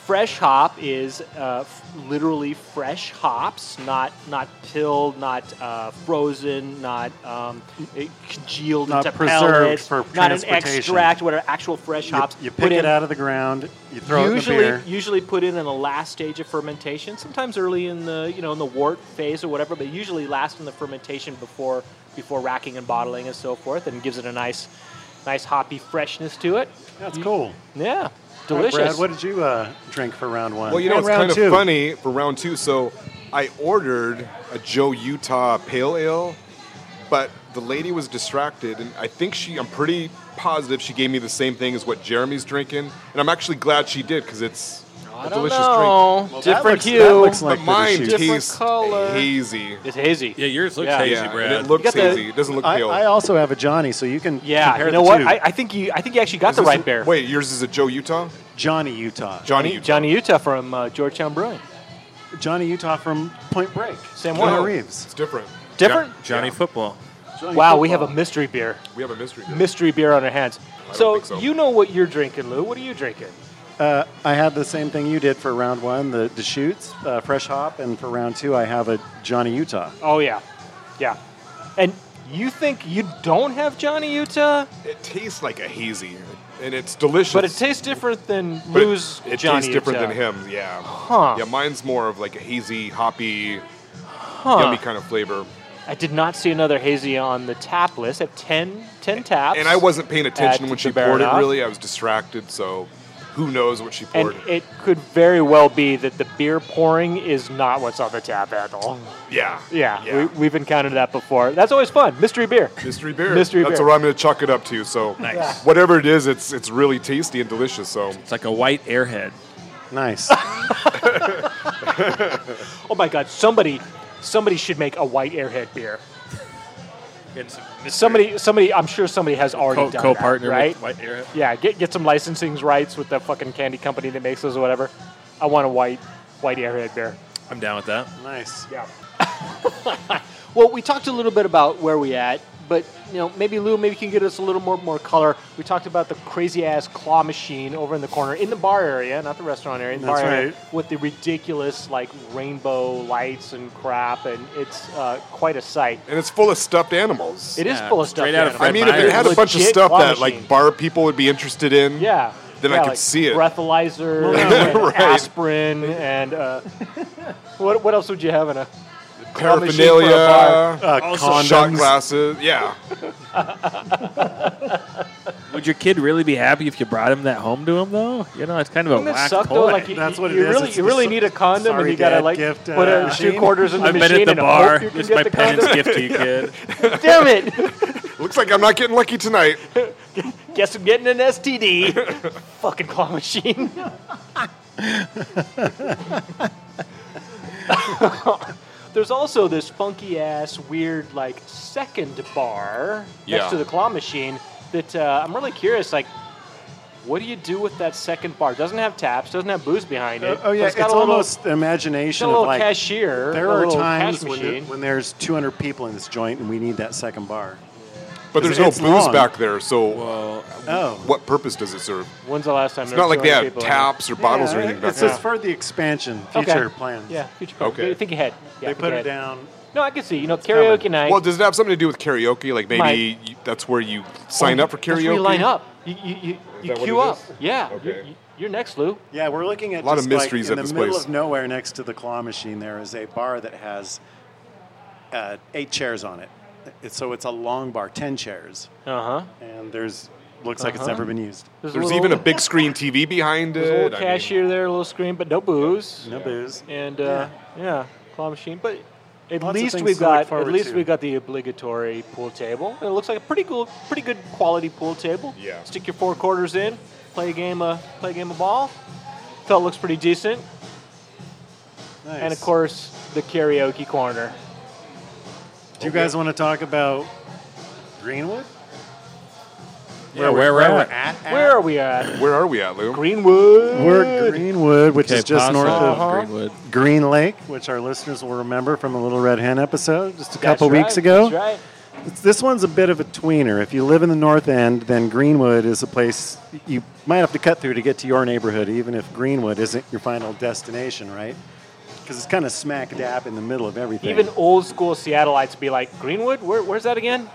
C: fresh hop is uh, f- literally fresh hops, not not pilled, not uh, frozen, not um, eh, congealed
D: Not
C: into
D: preserved
C: pellets,
D: for
C: not an
D: transportation.
C: extract, whatever. Actual fresh
D: You,
C: hops.
D: you
C: put
D: pick it
C: in-
D: out of the ground, you throw
C: usually,
D: it in the beer.
C: usually put in in the last stage of fermentation. Sometimes early in the you know in the wort phase or whatever, but usually last in the fermentation before before racking and bottling and so forth, and gives it a nice, nice hoppy freshness to to it.
D: That's cool.
C: Yeah,
D: All right,
C: delicious.
D: Brad, what did you uh, drink for round one?
A: Well, you know,
D: And
A: it's
D: round
A: kind of
D: two.
A: funny for round two. So I ordered a Joe Utah Pale Ale, but the lady was distracted, and I think she, I'm pretty positive she gave me the same thing as what Jeremy's drinking, and I'm actually glad she did because it's a delicious
C: Oh,
A: drink.
D: Well, that
C: Different
D: looks-
C: hue.
D: That looks
A: But
D: like
A: mine
D: the issue.
C: Different
A: tastes
C: color.
A: hazy.
C: it's hazy.
B: Yeah, yours looks
C: Yeah.
B: hazy,
A: yeah,
B: Brad.
A: and it looks
C: You got the-
A: hazy. It doesn't look
D: I,
A: pale.
D: I also have a Johnny, so you can
C: Yeah,
D: compare
C: you know
D: the
C: what?
D: two.
C: I, I think you. I think you actually got
A: Is
C: the
A: this
C: right
A: a-
C: bear.
A: Wait, yours is a Joe Utah?
D: Johnny Utah.
A: Johnny Utah.
C: Johnny Utah from uh, Georgetown Brewing.
D: Johnny Utah from Point Break.
C: Sam
D: Keanu
C: Warner.
A: It's
D: Reeves.
A: different.
C: Different.
B: Johnny Football.
C: Wow, we have a mystery beer.
A: We have a mystery. beer.
C: Mystery beer on our hands.
A: don't
C: So,
A: think so.
C: you know what you're drinking, Lou. What are you drinking?
D: Uh, I had the same thing you did for round one, the, the shoots, uh, fresh hop, and for round two, I have a Johnny Utah.
C: Oh yeah, yeah. And you think you don't have Johnny Utah,
A: It tastes like a hazy, and it's delicious.
C: but it tastes different than
A: But it-
C: Lou's
A: it,
C: Johnny
A: tastes different
C: Utah.
A: than him. Yeah.
C: Huh.
A: Yeah, mine's more of like a hazy, hoppy,
C: Huh.
A: yummy kind of flavor.
C: I did not see another hazy on the tap list. I have 10, 10 taps.
A: And I wasn't paying attention
C: At
A: when
C: the
A: she poured it.
C: Baronoff.
A: Really, I was distracted. So, who knows what she
C: And
A: poured?
C: it could very well be that the beer pouring is not what's on the tap at all.
A: yeah.
C: Yeah,
A: Yeah.
C: We, we've encountered that before. That's always fun. Mystery beer.
A: Mystery beer.
C: Mystery
A: That's
C: beer.
A: what I'm going to chalk it up to. So,
B: Nice.
A: whatever it is, it's it's really tasty and delicious. So,
B: It's like a white airhead.
D: Nice.
C: (laughs) Oh my God! Somebody, somebody should make a white airhead beer.
B: It's
C: Somebody, somebody. I'm sure somebody has already
B: co-
C: done that,
B: co-partner
C: right?
B: with white airhead.
C: Yeah, get get some licensing rights with the fucking candy company that makes those or whatever. I want a white white airhead beer.
B: I'm down with that.
D: nice.
C: Yeah. (laughs) well, we talked a little bit about where we at, but you know, maybe Lou, maybe you can get us a little more more color. We talked about the crazy ass claw machine over in the corner in the bar area, not the restaurant area, in the
D: That's
C: bar area,
D: right.
C: with the ridiculous like rainbow lights and crap, and it's uh, quite a sight.
A: and it's full of stuffed animals.
C: It is
B: Yeah,
C: full of stuff.
B: straight out of
A: I
B: Fred
A: mean, if it
B: Meyer's
A: had a bunch of stuff that like bar people would be interested in,
C: Yeah.
A: Then I
C: yeah,
A: could
C: like
A: see it. (laughs)
C: Breathalyzer, and
A: Right.
C: aspirin, and uh, what, what else would you have in a claw machine for a
A: paraphernalia,
C: bar?
D: Uh,
B: Also
D: condoms.
A: shot glasses. Yeah.
B: Would your kid really be happy if you brought him that home to him, though? You know, it's kind of a
C: Doesn't that
B: whack
C: suck
B: toy.
C: though? Like you,
D: That's what
C: you
D: it is.
C: really,
D: It's
C: you
D: the
C: really
D: so-
C: need a condom, and
D: sorry,
C: you gotta
D: Dad
C: like
D: gift,
C: put
D: uh,
C: a shoe
D: machine.
C: quarters in the
B: I've been
C: machine
B: at the
C: and
B: bar.
C: hope you can
B: It's
C: get
B: my
C: the
B: parents'
C: condom. (laughs)
B: gift to you, kid.
D: (laughs)
C: Damn it!
A: Looks like I'm not getting lucky tonight.
C: Guess I'm getting
A: (laughs)
C: an STD. Fucking claw machine. There's also this funky ass, weird, like second bar next
A: Yeah.
C: to the claw machine that uh, I'm really curious. Like, what do you do with that second bar? Doesn't have taps, doesn't have booze behind it.
D: Uh, oh, yeah,
C: but
D: it's,
C: got a little-
D: almost the
C: Got
D: imagination
C: a little
D: of like.
C: cashier.
D: there
C: a
D: are
C: little
D: times
C: cash
D: when,
C: machine.
D: there- when there's 200 people in this joint and we need that second bar.
A: But there's no
D: It's
A: booze
D: long.
A: back there, so
B: (laughs) Well,
D: Oh.
A: what purpose does it serve?
C: When's the last time?
A: It's not like they have taps or bottles
D: Yeah,
A: or anything back
D: It's
A: there.
D: just for the expansion, future plans.
C: Yeah, future plans.
A: Okay.
C: Think ahead. Yeah,
D: They
C: think
D: put it
C: ahead.
D: down.
C: No, I can see. You know, karaoke
D: coming.
C: night.
A: Well, does it have something to do with karaoke? Like
C: My-
A: maybe you, that's where you sign up for
C: That's
A: karaoke.
C: where you line up. You, you, you, you
A: that what
C: queue
A: it
C: up.
A: is?
C: Yeah.
A: Okay.
C: You're, you're next, Lou.
D: Yeah, we're looking at
A: Lot of
D: just, like,
A: mysteries
D: in
A: at this
D: the middle
A: place.
D: of nowhere, next to the claw machine, there is a bar that has uh, eight chairs on it. It's, so it's a long bar, ten chairs,
C: Uh huh.
D: and there's looks like it's
C: Uh-huh.
D: never been used.
A: There's even a
C: (laughs)
A: big screen TV behind
C: there's a
A: it.
C: little cashier there, a little screen, but no booze.
D: No booze.
C: And uh, yeah. claw machine. But at
D: Lots of
C: least
D: things
C: we've
D: to look
C: got at
D: forward
C: least
D: to.
C: we've got the obligatory pool table. And it looks like a pretty cool, pretty good quality pool table.
A: Yeah.
C: Stick your four quarters in, play a game of play a game of ball. Felt looks pretty decent.
D: Nice.
C: And of course, the karaoke corner.
D: do you guys want to talk about Greenwood?
B: yeah, where we're at.
C: Where are we at?
A: Where are we at, Lou?
C: Greenwood.
D: We're Greenwood, which
B: Okay,
D: is just
B: pause
D: north
B: on
D: of
C: Uh-huh.
B: Greenwood.
D: Green Lake, which our listeners will remember from the Little Red Hen episode just a
C: That's
D: couple
C: right,
D: weeks ago.
C: That's right.
D: It's- This one's a bit of a tweener. If you live in the North End, then Greenwood is a place you might have to cut through to get to your neighborhood, even if Greenwood isn't your final destination, right? Because it's kind of smack dab in the middle of everything.
C: Even old school Seattleites be like, Greenwood? Where, where's that again?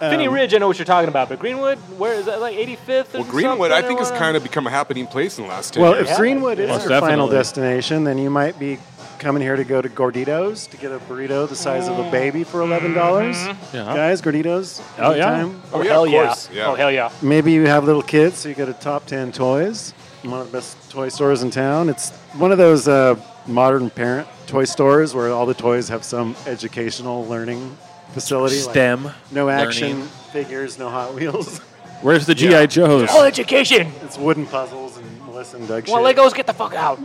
D: Um,
C: Finney Ridge, I know what you're talking about, but Greenwood, where is that? Like 85th?
A: Well, Greenwood, I think, has kind of become a happening place in the last 10
D: well,
A: years.
D: if Greenwood is
B: Most
D: your final
B: definitely.
D: destination, then you might be coming here to go to Gorditos to get a burrito the size of a baby for eleven dollars.
B: Mm-hmm. Yeah.
D: Guys, Gorditos.
B: Oh,
D: good
B: yeah.
D: time.
A: Oh,
C: Oh,
A: yeah,
C: hell
A: of
C: yeah.
A: course. Yeah.
C: Oh, hell yeah.
D: Maybe you have little kids, so you go to Top Ten Toys, one of the best toy stores in town. It's one of those uh, modern parent toy stores where all the toys have some educational learning facility. like
B: STEM.
D: no action
B: learning.
D: figures, no Hot Wheels. (laughs)
B: Where's the GI
A: Yeah.
B: Joes?
C: Oh, education!
D: it's wooden puzzles and Melissa and Doug
C: Well,
D: shit.
C: Legos, get the
D: (laughs)
C: fuck out.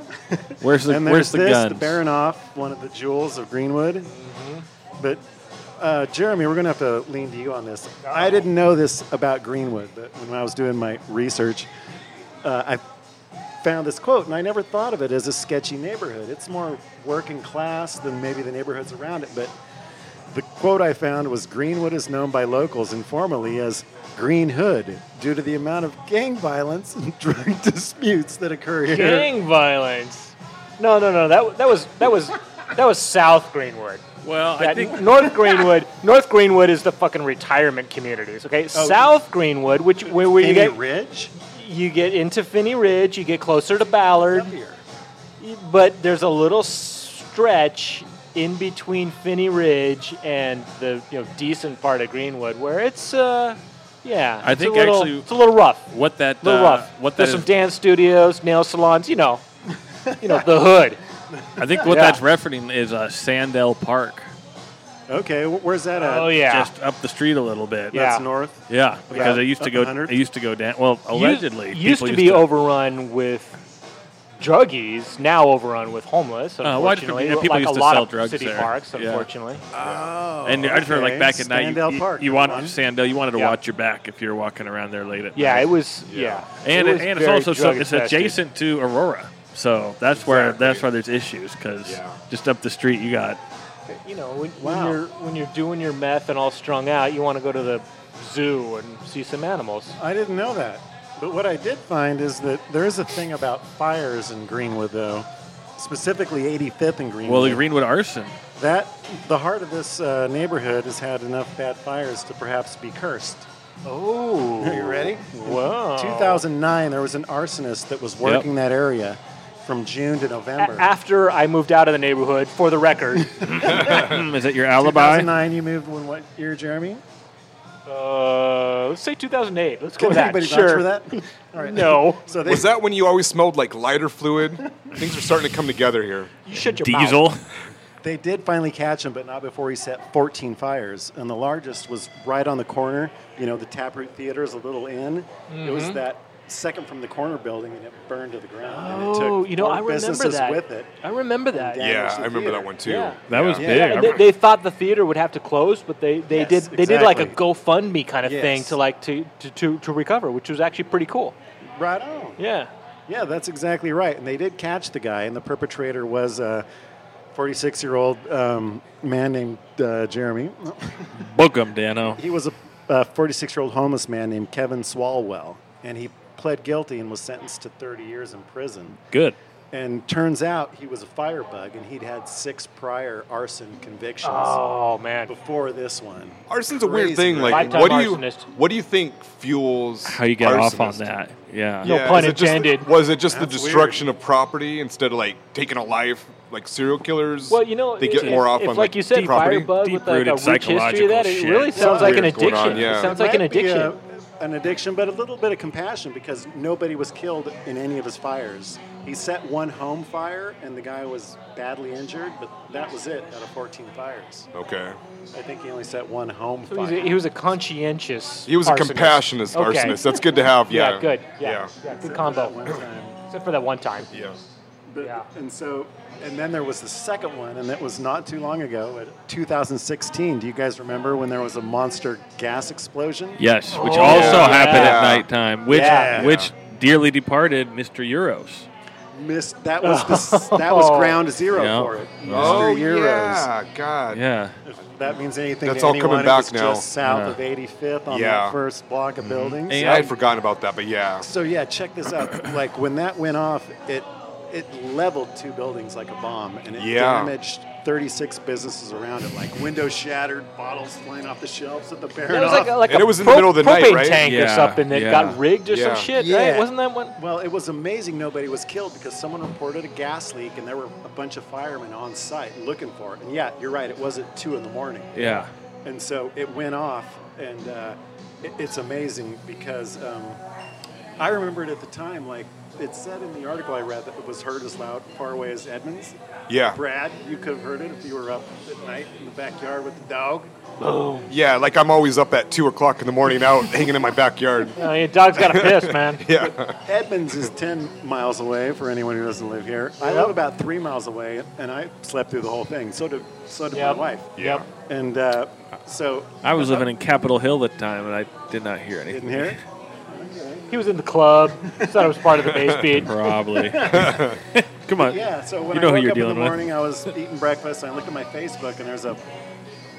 B: Where's the
D: And
B: Where's
D: there's
B: the
D: this,
B: guns?
D: the Baronoff, one of the jewels of Greenwood. But uh, Jeremy, we're going to have to lean to you on this. I didn't know this about Greenwood, but when I was doing my research, uh, I found this quote, and I never thought of it as a sketchy neighborhood. It's more working class than maybe the neighborhoods around it. But the quote I found was Greenwood is known by locals informally as Green Hood due to the amount of gang violence and (laughs) drug disputes that occur here.
C: Gang violence. No, no, no. That that was that was that was South Greenwood.
B: well, I
C: That
B: think
C: North Greenwood. North Greenwood is the fucking retirement communities. Okay,
D: Oh.
C: South Greenwood, which where, where you
D: Any
C: get
D: ridge?
C: you get into Finney Ridge, you get closer to Ballard, but there's a little stretch in between Finney Ridge and the you know decent part of Greenwood where it's uh yeah
B: I
C: it's a
B: think
C: little-
B: actually-
C: it's a little rough.
B: what that
C: little
B: uh,
C: rough.
B: what that
C: There's
B: is,
C: some dance studios, nail salons, you know, you know the hood.
B: I think what
C: Yeah.
B: that's referencing is uh, Sandell Park,
D: Okay, wh- where's that at?
C: Oh yeah,
B: just up the street a little bit.
C: Yeah.
D: That's north.
B: Yeah, because they used to
D: up
B: go.
D: 100?
B: They used to go down. Well, (laughs) allegedly,
C: used,
B: people
C: used to be overrun with druggies. Now overrun with homeless.
B: Oh, why do people-
C: Unfortunately,
B: yeah, people
C: like
B: used
C: a
B: to
C: lot
B: sell
C: of
B: drugs
C: city
B: there.
C: parks.
B: Yeah.
C: Unfortunately,
D: Oh,
B: And I just remember, like back at night, you,
D: Standell
B: you-
D: Park,
B: you
D: come
B: wanted
D: on.
B: Sandell. You wanted to
C: Yeah.
B: watch your back if you're walking around there late at
C: yeah,
B: night.
C: it was. Yeah,
B: and
C: it was
B: and it's
C: very
B: also so,
C: drug
B: it's
C: infested.
B: adjacent to Aurora, so that's where
A: Exactly.
B: that's why there's issues because
A: Yeah.
B: just up the street you got
C: You know, when,
D: Wow.
C: when you're when you're doing your meth and all strung out, you want to go to the zoo and see some animals.
D: I didn't know that. But what I did find is that there is a thing about fires in Greenwood, though. Specifically, 85th and Greenwood.
B: well the Greenwood arson.
D: that the heart of this uh, neighborhood has had enough bad fires to perhaps be cursed.
C: (laughs) Oh,
D: Are you ready?
C: Whoa.
D: 2009, there was an arsonist that was working that area from June to November.
C: After I moved out of the neighborhood, for
D: (laughs)
C: the record,
B: Is it your alibi?
D: 2009, you moved when what year, Jeremy?
C: uh, let's say 2008. Let's go
D: Can
C: with that.
D: anybody
C: Sure.
D: vouch for that? (laughs) All right. (laughs)
C: No,
D: So they
A: Was that when you always smelled like lighter fluid? Things are starting to come together here.
C: you shut your mouth.
B: Diesel. (laughs)
D: They did finally catch him, but not before he set 14 fires. And the largest was right on the corner. You know, the Taproot Theater is a little inn. It
C: Mm-hmm.
D: was that second from the corner building, and it burned to the ground. and it
C: Oh,
D: took
C: you know,
D: four
C: I remember
D: businesses
C: that.
D: with it.
C: I remember that.
D: Yeah.
A: Yeah,
D: there's the
A: I remember that
D: theater.
A: one too.
C: Yeah.
B: That was
A: Yeah.
B: big. I
C: Yeah, they,
B: remember-
C: they thought the theater would have to close, but they, they
D: Yes,
C: did they did like a
D: exactly.
C: GoFundMe kind of
D: Yes.
C: thing to like to, to, to, to recover, which was actually pretty cool.
D: Right on.
C: Yeah.
D: Yeah, that's exactly right. And they did catch the guy, and the perpetrator was a 46 year old um, man named uh, Jeremy.
B: Book 'em, Dano.
D: He was a 46 year old homeless man named Kevin Swalwell, and he pled guilty and was sentenced to 30 years in prison.
B: Good.
D: And turns out he was a firebug, and he'd had six prior arson convictions
C: Oh man.
D: before this one.
A: Arson's a weird
D: Crazy,
A: thing.
D: right?
A: Like,
C: Lifetime
A: what do you
C: arsonist.
A: what do you think fuels
B: How you get off on
A: arsonists?
B: that? Yeah.
C: No
A: Yeah,
C: pun
A: is it just-
C: intended.
A: was it just the
D: That's
A: destruction of property instead of like taking a life, like serial killers?
C: Well, you know,
A: they get
C: if-
A: more off
C: if,
A: on
C: like you said,
A: property.
C: Firebug with like a
B: Deep-rooted
C: rich history of that. It
B: psychological
C: really
B: shit.
C: sounds like an
A: Something's going
C: addiction.
A: on, yeah.
C: It sounds like an
D: Might be
C: addiction.
D: a- an addiction, but a little bit of compassion because nobody was killed in any of his fires. He set one home fire, and the guy was badly injured, but that was it out of 14 fires.
A: Okay,
D: I think he only set one home
C: So
D: fire.
C: he's a- he was a conscientious.
A: he was a
C: arsonist.
A: compassionate
C: Okay.
A: arsonist. That's good to have. Yeah,
C: (laughs) Yeah, good. Yeah,
A: yeah.
C: yeah. good
D: That one
C: combo.
D: time.
C: Except for that one time.
A: Yeah.
D: But,
C: Yeah.
D: And so, and then there was the second one, and that was not too long ago, at 2016. Do you guys remember when there was a monster gas explosion?
B: Yes, which
C: Oh,
B: also
A: yeah.
B: happened
A: Yeah.
B: at nighttime, which
D: Yeah.
B: which dearly departed Mr. Euros.
D: missed. That was
A: (laughs)
D: the, s- that was ground zero
B: Yeah.
D: for it. You
A: Oh
D: missed your Euros.
A: yeah, God.
B: Yeah.
D: If that means anything.
A: That's
D: to
A: all
D: anyone,
A: coming
D: it
A: back
D: was
A: now.
D: Just south
B: Yeah. Mm-hmm.
D: of 85th on
A: Yeah.
D: that first block of buildings.
A: I had forgotten about that, but yeah.
D: So yeah, check this out. like when that went off, it it leveled two buildings like a bomb, and it
A: Yeah.
D: damaged 36 businesses around it. Like windows shattered, bottles flying off the shelves at the bar.
C: That was like, a- like
A: And
C: a
A: it was in the
C: pro-
A: middle of the night,
C: propane
A: right?
C: tank or
B: Yeah,
C: something that
B: yeah.
C: got rigged or
A: Yeah.
C: some shit,
D: Yeah.
C: right? Wasn't that one?
D: well, it was amazing nobody was killed because someone reported a gas leak, and there were a bunch of firemen on site looking for it. And yeah, you're right, it was at two in the morning.
B: Yeah.
D: And so it went off, and uh, it, it's amazing because um, I remembered at the time, like it said in the article I read, that it was heard as loud far away as Edmonds.
A: Yeah.
D: Brad, you could have heard it if you were up at night in the backyard with the dog.
A: Yeah, like I'm always up at 2 o'clock in the morning out (laughs) hanging in my backyard.
C: No, your dog's got a piss, man.
A: Yeah.
D: Edmonds is 10 miles away for anyone who doesn't live here. I live about three miles away, and I slept through the whole thing. So did, so did
C: Yep.
D: my wife.
A: (laughs) Yeah.
D: And uh, so,
B: I was living in Capitol Hill at the time, and I did not hear anything.
D: didn't hear it?
C: He was in the club. Thought it was part of the base beat.
B: Probably. (laughs) Come on.
D: Yeah, so when
B: You know who
D: I woke
B: you're
D: up in the
B: dealing with.
D: morning, I was eating breakfast, and I looked at my Facebook, and there's a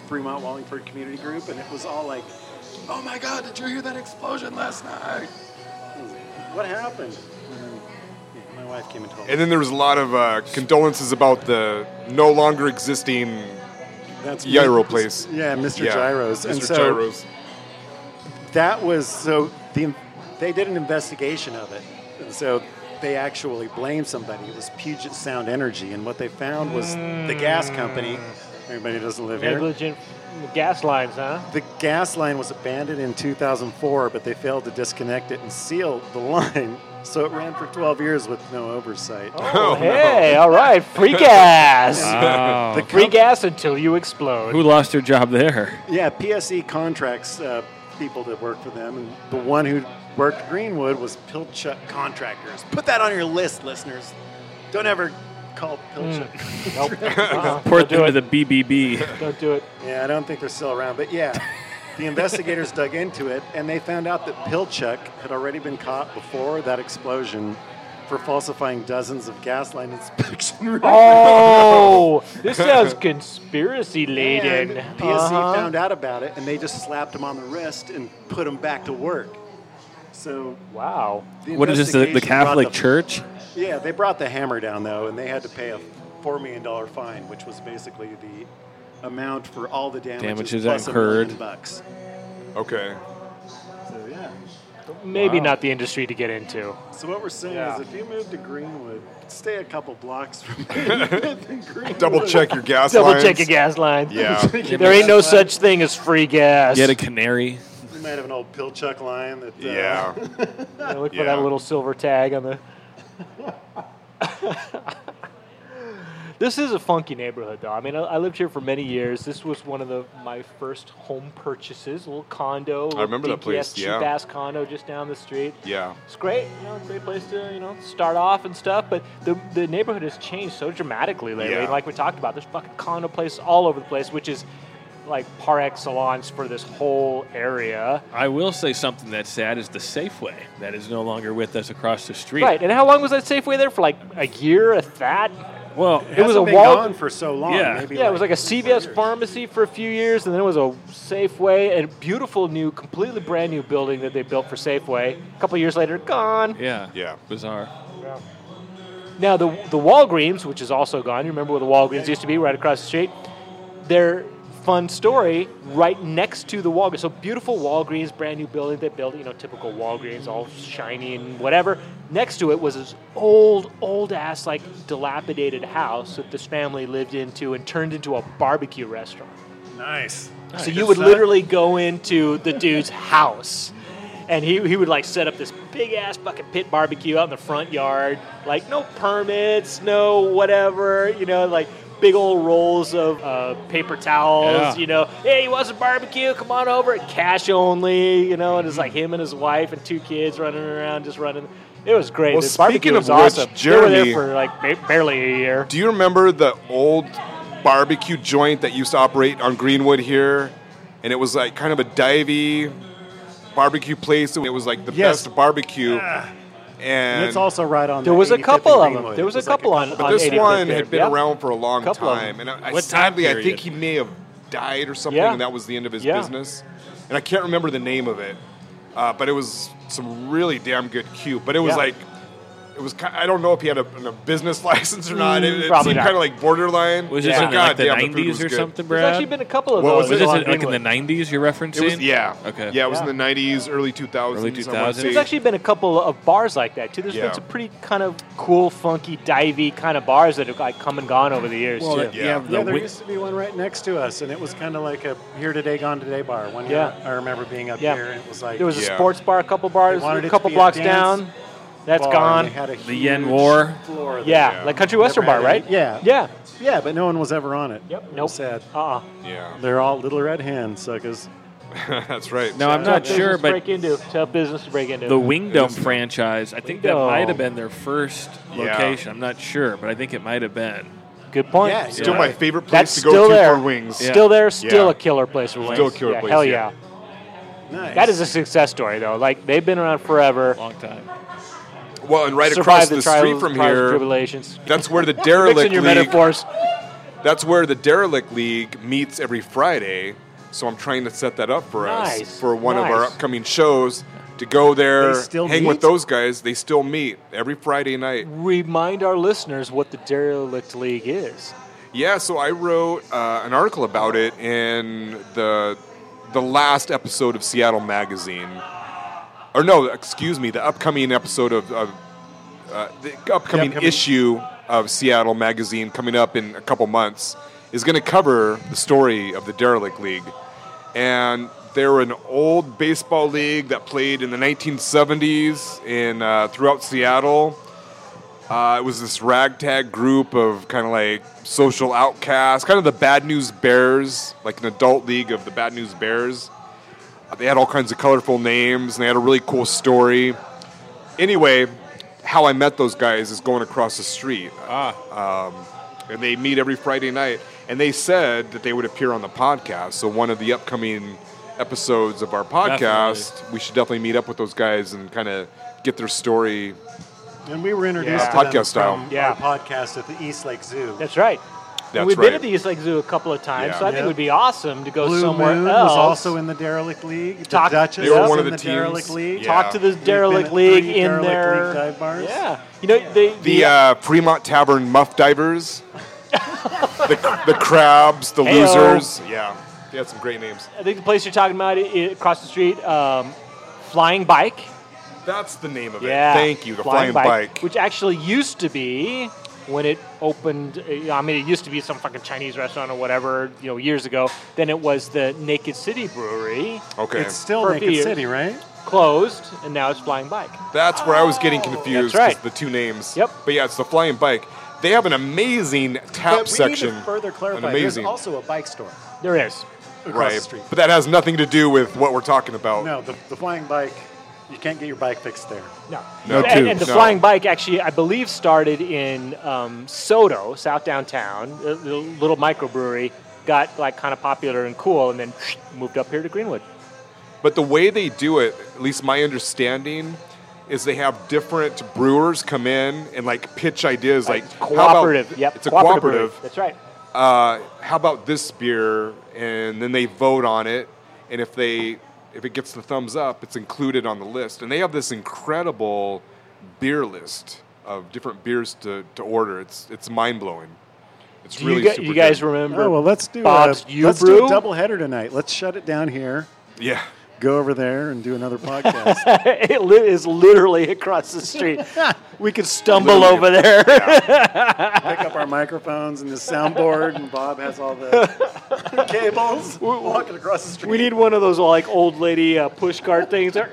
D: Fremont Wallingford community group, and it was all like, "Oh my God, did you hear that explosion last night?
B: Hmm.
D: What happened?" And then, yeah, my wife came and told me.
A: And then there was a lot of uh, condolences about the no longer existing.
D: That's
A: Gyro place.
D: Yeah, Mr.
A: Yeah,
D: Gyros. And
A: Mr.
D: so
A: Gyros.
D: That was so the they did an investigation of it, and so they actually blamed somebody. It was Puget Sound Energy, and what they found was the gas company.
B: Hmm.
D: Everybody who doesn't live here.
C: Negligent gas lines, huh?
D: The gas line was abandoned in 2004, but they failed to disconnect it and seal the line, (laughs) so it ran for 12 years with no oversight.
A: Oh, no.
C: hey, all right, free gas.
B: Wow.
D: The
C: Free
D: com-
C: gas until you explode.
B: who lost their job there?
D: yeah, PSE contracts uh, people that work for them, and the one who worked at Greenwood was Pilchuck Contractors. Put that on your list, listeners. Don't ever call Pilchuck.
C: Hmm.
B: (laughs)
C: Nope. Uh-uh.
B: Port
C: Don't do
B: them
C: it.
B: to the BBB.
C: Don't do it.
D: Yeah, I don't think they're still around,
B: (laughs)
D: but yeah. The investigators dug into it and they found out that Pilchuck had already been caught before that explosion for falsifying dozens of gas line inspection reports.
C: Oh,
B: (laughs)
C: this sounds conspiracy
D: And
C: laden. Uh-huh.
D: PSC
B: Uh-huh.
D: found out about it and they just slapped him on the wrist and put him back to work. So
C: Wow.
D: the
B: What is this? The, the
D: investigation brought
B: Catholic
D: the-
B: Church?
D: Yeah, they brought the hammer down though, and they had to pay a four million dollar fine, which was basically the amount for all the damages,
B: Damages
D: plus a
B: incurred.
D: million bucks.
A: Okay.
D: So yeah.
C: Maybe
B: Wow.
C: not the industry to get into.
D: So what we're saying
C: Yeah.
D: is, if you move to Greenwood, stay a couple blocks
B: (laughs)
D: from Greenwood.
C: (laughs)
A: Double check your gas
C: Double
A: lines.
C: check your gas line.
A: Yeah.
C: (laughs) There ain't no such thing as free gas.
B: Get a canary.
D: You might have an old pill chuck line. That, uh,
A: Yeah.
C: Yeah, look for
A: Yeah.
C: that little silver tag on the. this is a funky neighborhood, though. I mean, I, I lived here for many years. This was one of the my first home purchases, a little condo. little
A: remember that
C: dinky-ass
A: place, yeah.
C: cheap ass condo just down the street.
A: Yeah.
C: It's great, you know, great place to you know start off and stuff. But the the neighborhood has changed so dramatically lately.
A: Yeah.
C: Like we talked about, there's fucking condo places all over the place, which is like par excellence for this whole area.
B: I will say something that's sad is the Safeway that is no longer with us across the street.
C: Right, and how long was that Safeway there for? Like a year, if that.
B: Well,
D: It was
C: a
D: been
C: wall-
D: gone for so long.
B: Yeah.
D: maybe
C: Yeah, it was like a
D: four
C: CVS
D: years.
C: pharmacy for a few years, and then it was a Safeway, and a beautiful new, completely brand new building that they built for Safeway. A couple years later, gone.
B: yeah.
A: Yeah.
B: Bizarre.
C: Now the the Walgreens, which is also gone. You remember where the Walgreens used to be, right across the street. Their fun story right next to the Walgreens. So beautiful Walgreens, brand new building they built. You know, typical Walgreens, all shiny and whatever. Next to it was this old, old ass like dilapidated house that this family lived into and turned into a barbecue restaurant.
D: nice.
C: So you would literally go into the dude's house, and he, he would like set up this big ass fucking pit barbecue out in the front yard, like no permits, no whatever, you know, like big old rolls of uh, paper towels,
B: Yeah.
C: you know. Hey, you want some barbecue? Come on over. Cash only, you know. And it's like him and his wife and two kids running around, just running. It was great.
A: Well,
C: the barbecue
A: speaking
C: was
A: of which,
C: awesome. they were
A: Jeremy-
C: there for like ba- barely a year.
A: Do you remember the old barbecue joint that used to operate on Greenwood here? And it was like kind of a divey barbecue place. It was like the
D: Yes.
A: best barbecue. and,
D: And it's also right on.
C: There
D: the
C: was a
D: 85th
C: couple
D: and
C: of 'em.
D: Greenwood.
C: There was
D: It
C: a
D: like
C: couple on-
A: But this
C: 85th
A: one
C: there,
A: had been
C: yeah.
A: around for a long
C: Couple of
A: time, and I, I
B: What time
A: sadly, I
B: period?
A: think he may have died or something,
C: Yeah.
A: and that was the end of his
C: Yeah.
A: business. And I can't remember the name of it, uh, but it was some really damn good cube. But it was
C: Yeah.
A: like, it was. ki- I don't know if he had a, a business (laughs) license or not. It, it
C: Mm, probably
A: seemed
C: not.
A: kind of like borderline.
B: Was
A: But
B: this in like the
A: goddamn, food
B: 90s
A: was
B: or
A: good.
B: something,
C: There's
B: Brad?
C: actually been a couple of
A: What
C: those.
A: was
B: was
A: it
B: this
C: on
B: in, like in the
C: Greenwood.
B: 90s you're referencing?
A: It was yeah,
B: Okay.
A: yeah. It was
C: Yeah.
A: in the '90s, early 2000s.
B: Early
A: I wanna
B: 2000s.
A: say.
B: It
C: There's actually been a couple of bars like that too. There's
A: Yeah.
C: been some pretty kind of cool, funky, divey kind of bars that have like come and gone over the years
B: Well,
C: too.
B: that-
A: Yeah.
B: yeah.
D: Yeah,
B: the
D: there
B: wi-
D: used to be one right next to us, and it was kind of like a here today, gone today bar. One year,
C: Yeah.
D: I remember being up
C: Yeah.
D: here, and it was like
C: There was
A: Yeah.
C: a sports bar, a couple bars,
D: They wanted
C: a
D: it
C: couple
D: to be a
C: blocks
D: dance
C: down. That's
D: bar, and
C: gone.
D: They had a
B: The Yen
D: huge
B: War.
D: floor there.
C: yeah,
A: Yeah.
C: like Country Western
D: Never
C: Bar,
D: had
C: right?
D: any- yeah.
C: Yeah.
D: yeah, but no one was ever on it.
C: Yep.
D: It was
C: Nope.
D: Sad.
C: Uh-uh. (laughs)
A: yeah, (laughs)
D: They're all little red hand suckers.
A: that's right.
B: Now I'm not sure,
C: Tough business to
B: but
C: break into. Tough business to break into.
B: the Wingdome
A: Yes.
B: franchise, I think that
C: Wingdome.
B: might have been their first
A: Yeah.
B: location. I'm not sure, but I think it might have been.
C: Good point.
D: Yeah,
A: still
B: yeah.
A: my favorite place
C: That's
A: to go
C: still
A: to
C: there.
A: for wings.
C: Still there. Still
A: Yeah.
C: a killer place for wings.
A: Still a killer
C: yeah,
A: place,
C: Hell
A: yeah.
C: yeah.
D: Nice.
C: That is a success story though. Like they've been around forever.
B: Long time.
A: Well, and right
C: survived
A: across the,
C: trials,
A: street from
C: trials and
A: here,
C: Tribulations.
A: That's where the
C: (laughs) Mixing
A: derelict
C: your
A: league.
C: metaphors.
A: That's where the derelict league meets every Friday. So I'm trying to set that up for us
C: Nice,
A: for one of our
C: nice.
A: upcoming shows to go there,
D: They still
A: hang
D: meet?
A: with those guys. They still meet every Friday night.
C: Remind our listeners what the derelict league is.
A: Yeah. So I wrote uh, an article about it in the the last episode of Seattle Magazine, or no, excuse me, the upcoming episode of, of uh, the upcoming
D: upcoming-
A: issue of Seattle Magazine coming up in a couple months is going to cover the story of the derelict league, and they're an old baseball league that played in the 1970s in uh, throughout Seattle. Uh, it was this ragtag group of kind of like social outcasts, kind of the Bad News Bears, like an adult league of the Bad News Bears. Uh, They had all kinds of colorful names, and they had a really cool story. Anyway, how I met those guys is going across the street, Um, and they meet every Friday night. And they said that they would appear on the podcast. So one of the upcoming episodes of our podcast, we should definitely meet up with those guys and kind of get their story.
D: And we were introduced
C: Yeah.
D: to them
A: Podcast style.
D: from
C: Yeah.
D: our podcast at the East Lake Zoo.
C: That's right.
A: That's
C: and we've
A: right.
C: been to the East Lake Zoo a couple of times,
A: Yeah.
C: so I think
D: Yeah.
C: it would be awesome to go
D: Blue
C: somewhere
D: Moon
C: else.
D: was also in the derelict league. The
C: Talk-
D: Duchess
A: They were
D: was
A: one of
D: in
A: the teams.
D: derelict league.
A: Yeah.
C: Talk to the
A: We've
D: been
C: derelict
D: at
C: league
D: three
C: in
D: derelict
C: their
D: league dive bars.
C: Yeah, you know they,
A: The uh, Fremont Tavern Muff Divers, the, the Crabs, the
C: Heyo.
A: Losers. Yeah, they had some great names.
C: I think the place you're talking about i- i- across the street, um, Flying Bike.
A: That's the name of it.
C: Yeah.
A: Thank you, the Flying, Bike.
C: Which actually used to be when it opened, uh, I mean, it used to be some fucking Chinese restaurant or whatever, you know, years ago. Then it was the Naked City Brewery,
A: okay,
D: It's still
C: For a few
D: Naked
C: years.
D: City, right?
C: closed, and now it's Flying Bike.
A: that's where I was getting
D: Oh,
A: confused.
C: That's right.
A: 'cause The two names.
C: Yep.
A: But yeah, it's the Flying Bike. They have an amazing tap
D: But we
A: section.
D: need to further clarify.
A: An
D: There's
A: amazing.
D: also a bike store
C: There it is.
D: across
A: right.
D: the street.
A: But that has nothing to do with what we're talking about.
D: No, the, the flying bike. You can't get your bike fixed there.
C: No.
A: No
C: and,
A: tube,
C: and the
A: no.
C: flying bike actually, I believe, started in um, Soto, South Downtown, a little little microbrewery. Got like kind of popular and cool, and then moved up here to Greenwood.
A: But the way they do it, at least my understanding, is they have different brewers come in and like pitch ideas, like
C: It's
A: how about-
C: cooperative. yep,
A: It's a
C: brewery.
A: cooperative.
C: That's right.
A: uh, how about this beer? And then they vote on it, and if they if it gets the thumbs up, it's included on the list. And they have this incredible beer list of different beers to, to order. It's it's mind blowing. It's
C: Do
A: really
C: you, gu-
A: super
C: you guys
A: good.
C: remember?
D: Oh well, let's do
C: Bob's
D: a,
C: U
D: let's
C: Brew.
D: do a double header tonight. Let's shut it down here.
A: yeah.
D: Go over there and
A: (laughs)
D: do another podcast.
C: (laughs) it li- is literally across
D: (laughs)
C: the street. we could stumble
A: Literally.
C: over there.
D: Pick up our microphones and the soundboard, and Bob has all
C: (laughs)
D: the cables. We're walking across the street.
C: (laughs) we need one of those like old lady uh, push cart things. uh,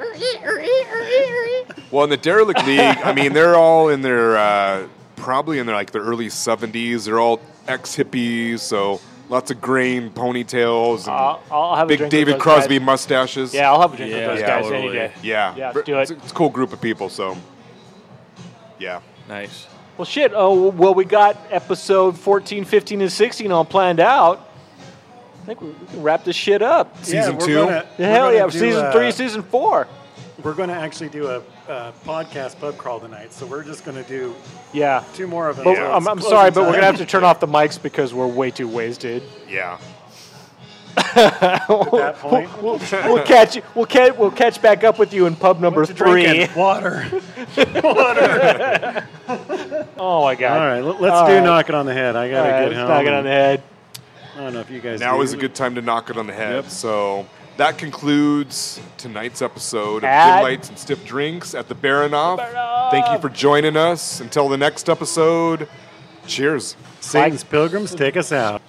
A: Well, in the derelict league, I mean, they're all in their uh, probably in their like their early seventies. They're all ex hippies, so lots of grain ponytails and
C: I'll, I'll have a
A: big
C: Uh, drink with
A: David
C: those
A: Crosby
C: guys.
A: mustaches.
C: Yeah, I'll have a drink
B: Yeah,
C: with those
B: yeah,
C: guys
B: totally.
C: any day.
A: Yeah.
C: Yeah, let's do it.
A: It's, a, it's a cool group of people, so yeah.
B: Nice.
C: Well, shit. Oh, well, we got episode 14, 15, and 16 all planned out. I think we, we can wrap this shit up.
A: Season
D: we're
A: two?
D: gonna- we're
C: Hell
D: gonna
C: yeah.
D: do,
C: Season
D: uh,
C: three, season four.
D: We're going to actually do a, a podcast pub crawl tonight, so we're just going to do
C: Yeah.
D: two more of them.
C: But
A: Yeah.
C: I'm, I'm sorry, but we're gonna have to turn off the mics because we're way too wasted.
A: Yeah.
D: at that point.
C: We'll, we'll catch you- we'll catch we'll catch back up with you in pub number
D: What you drinking?
C: three. (laughs)
D: water.
C: Oh my god!
D: All right, let- let's
C: All
D: do
C: right.
D: knock it on the head. I
C: All
D: gotta
C: right,
D: get home.
C: let's knock it on the head.
D: I don't know if you guys.
A: Now
D: do.
A: is a good time to knock it on the head.
D: Yep.
A: So that concludes tonight's episode of
C: At-
A: Thin Lights and Stiff Drinks at the Baranoff. Thank you for joining us. Until the next episode, cheers.
D: Satan's pilgrims take us out.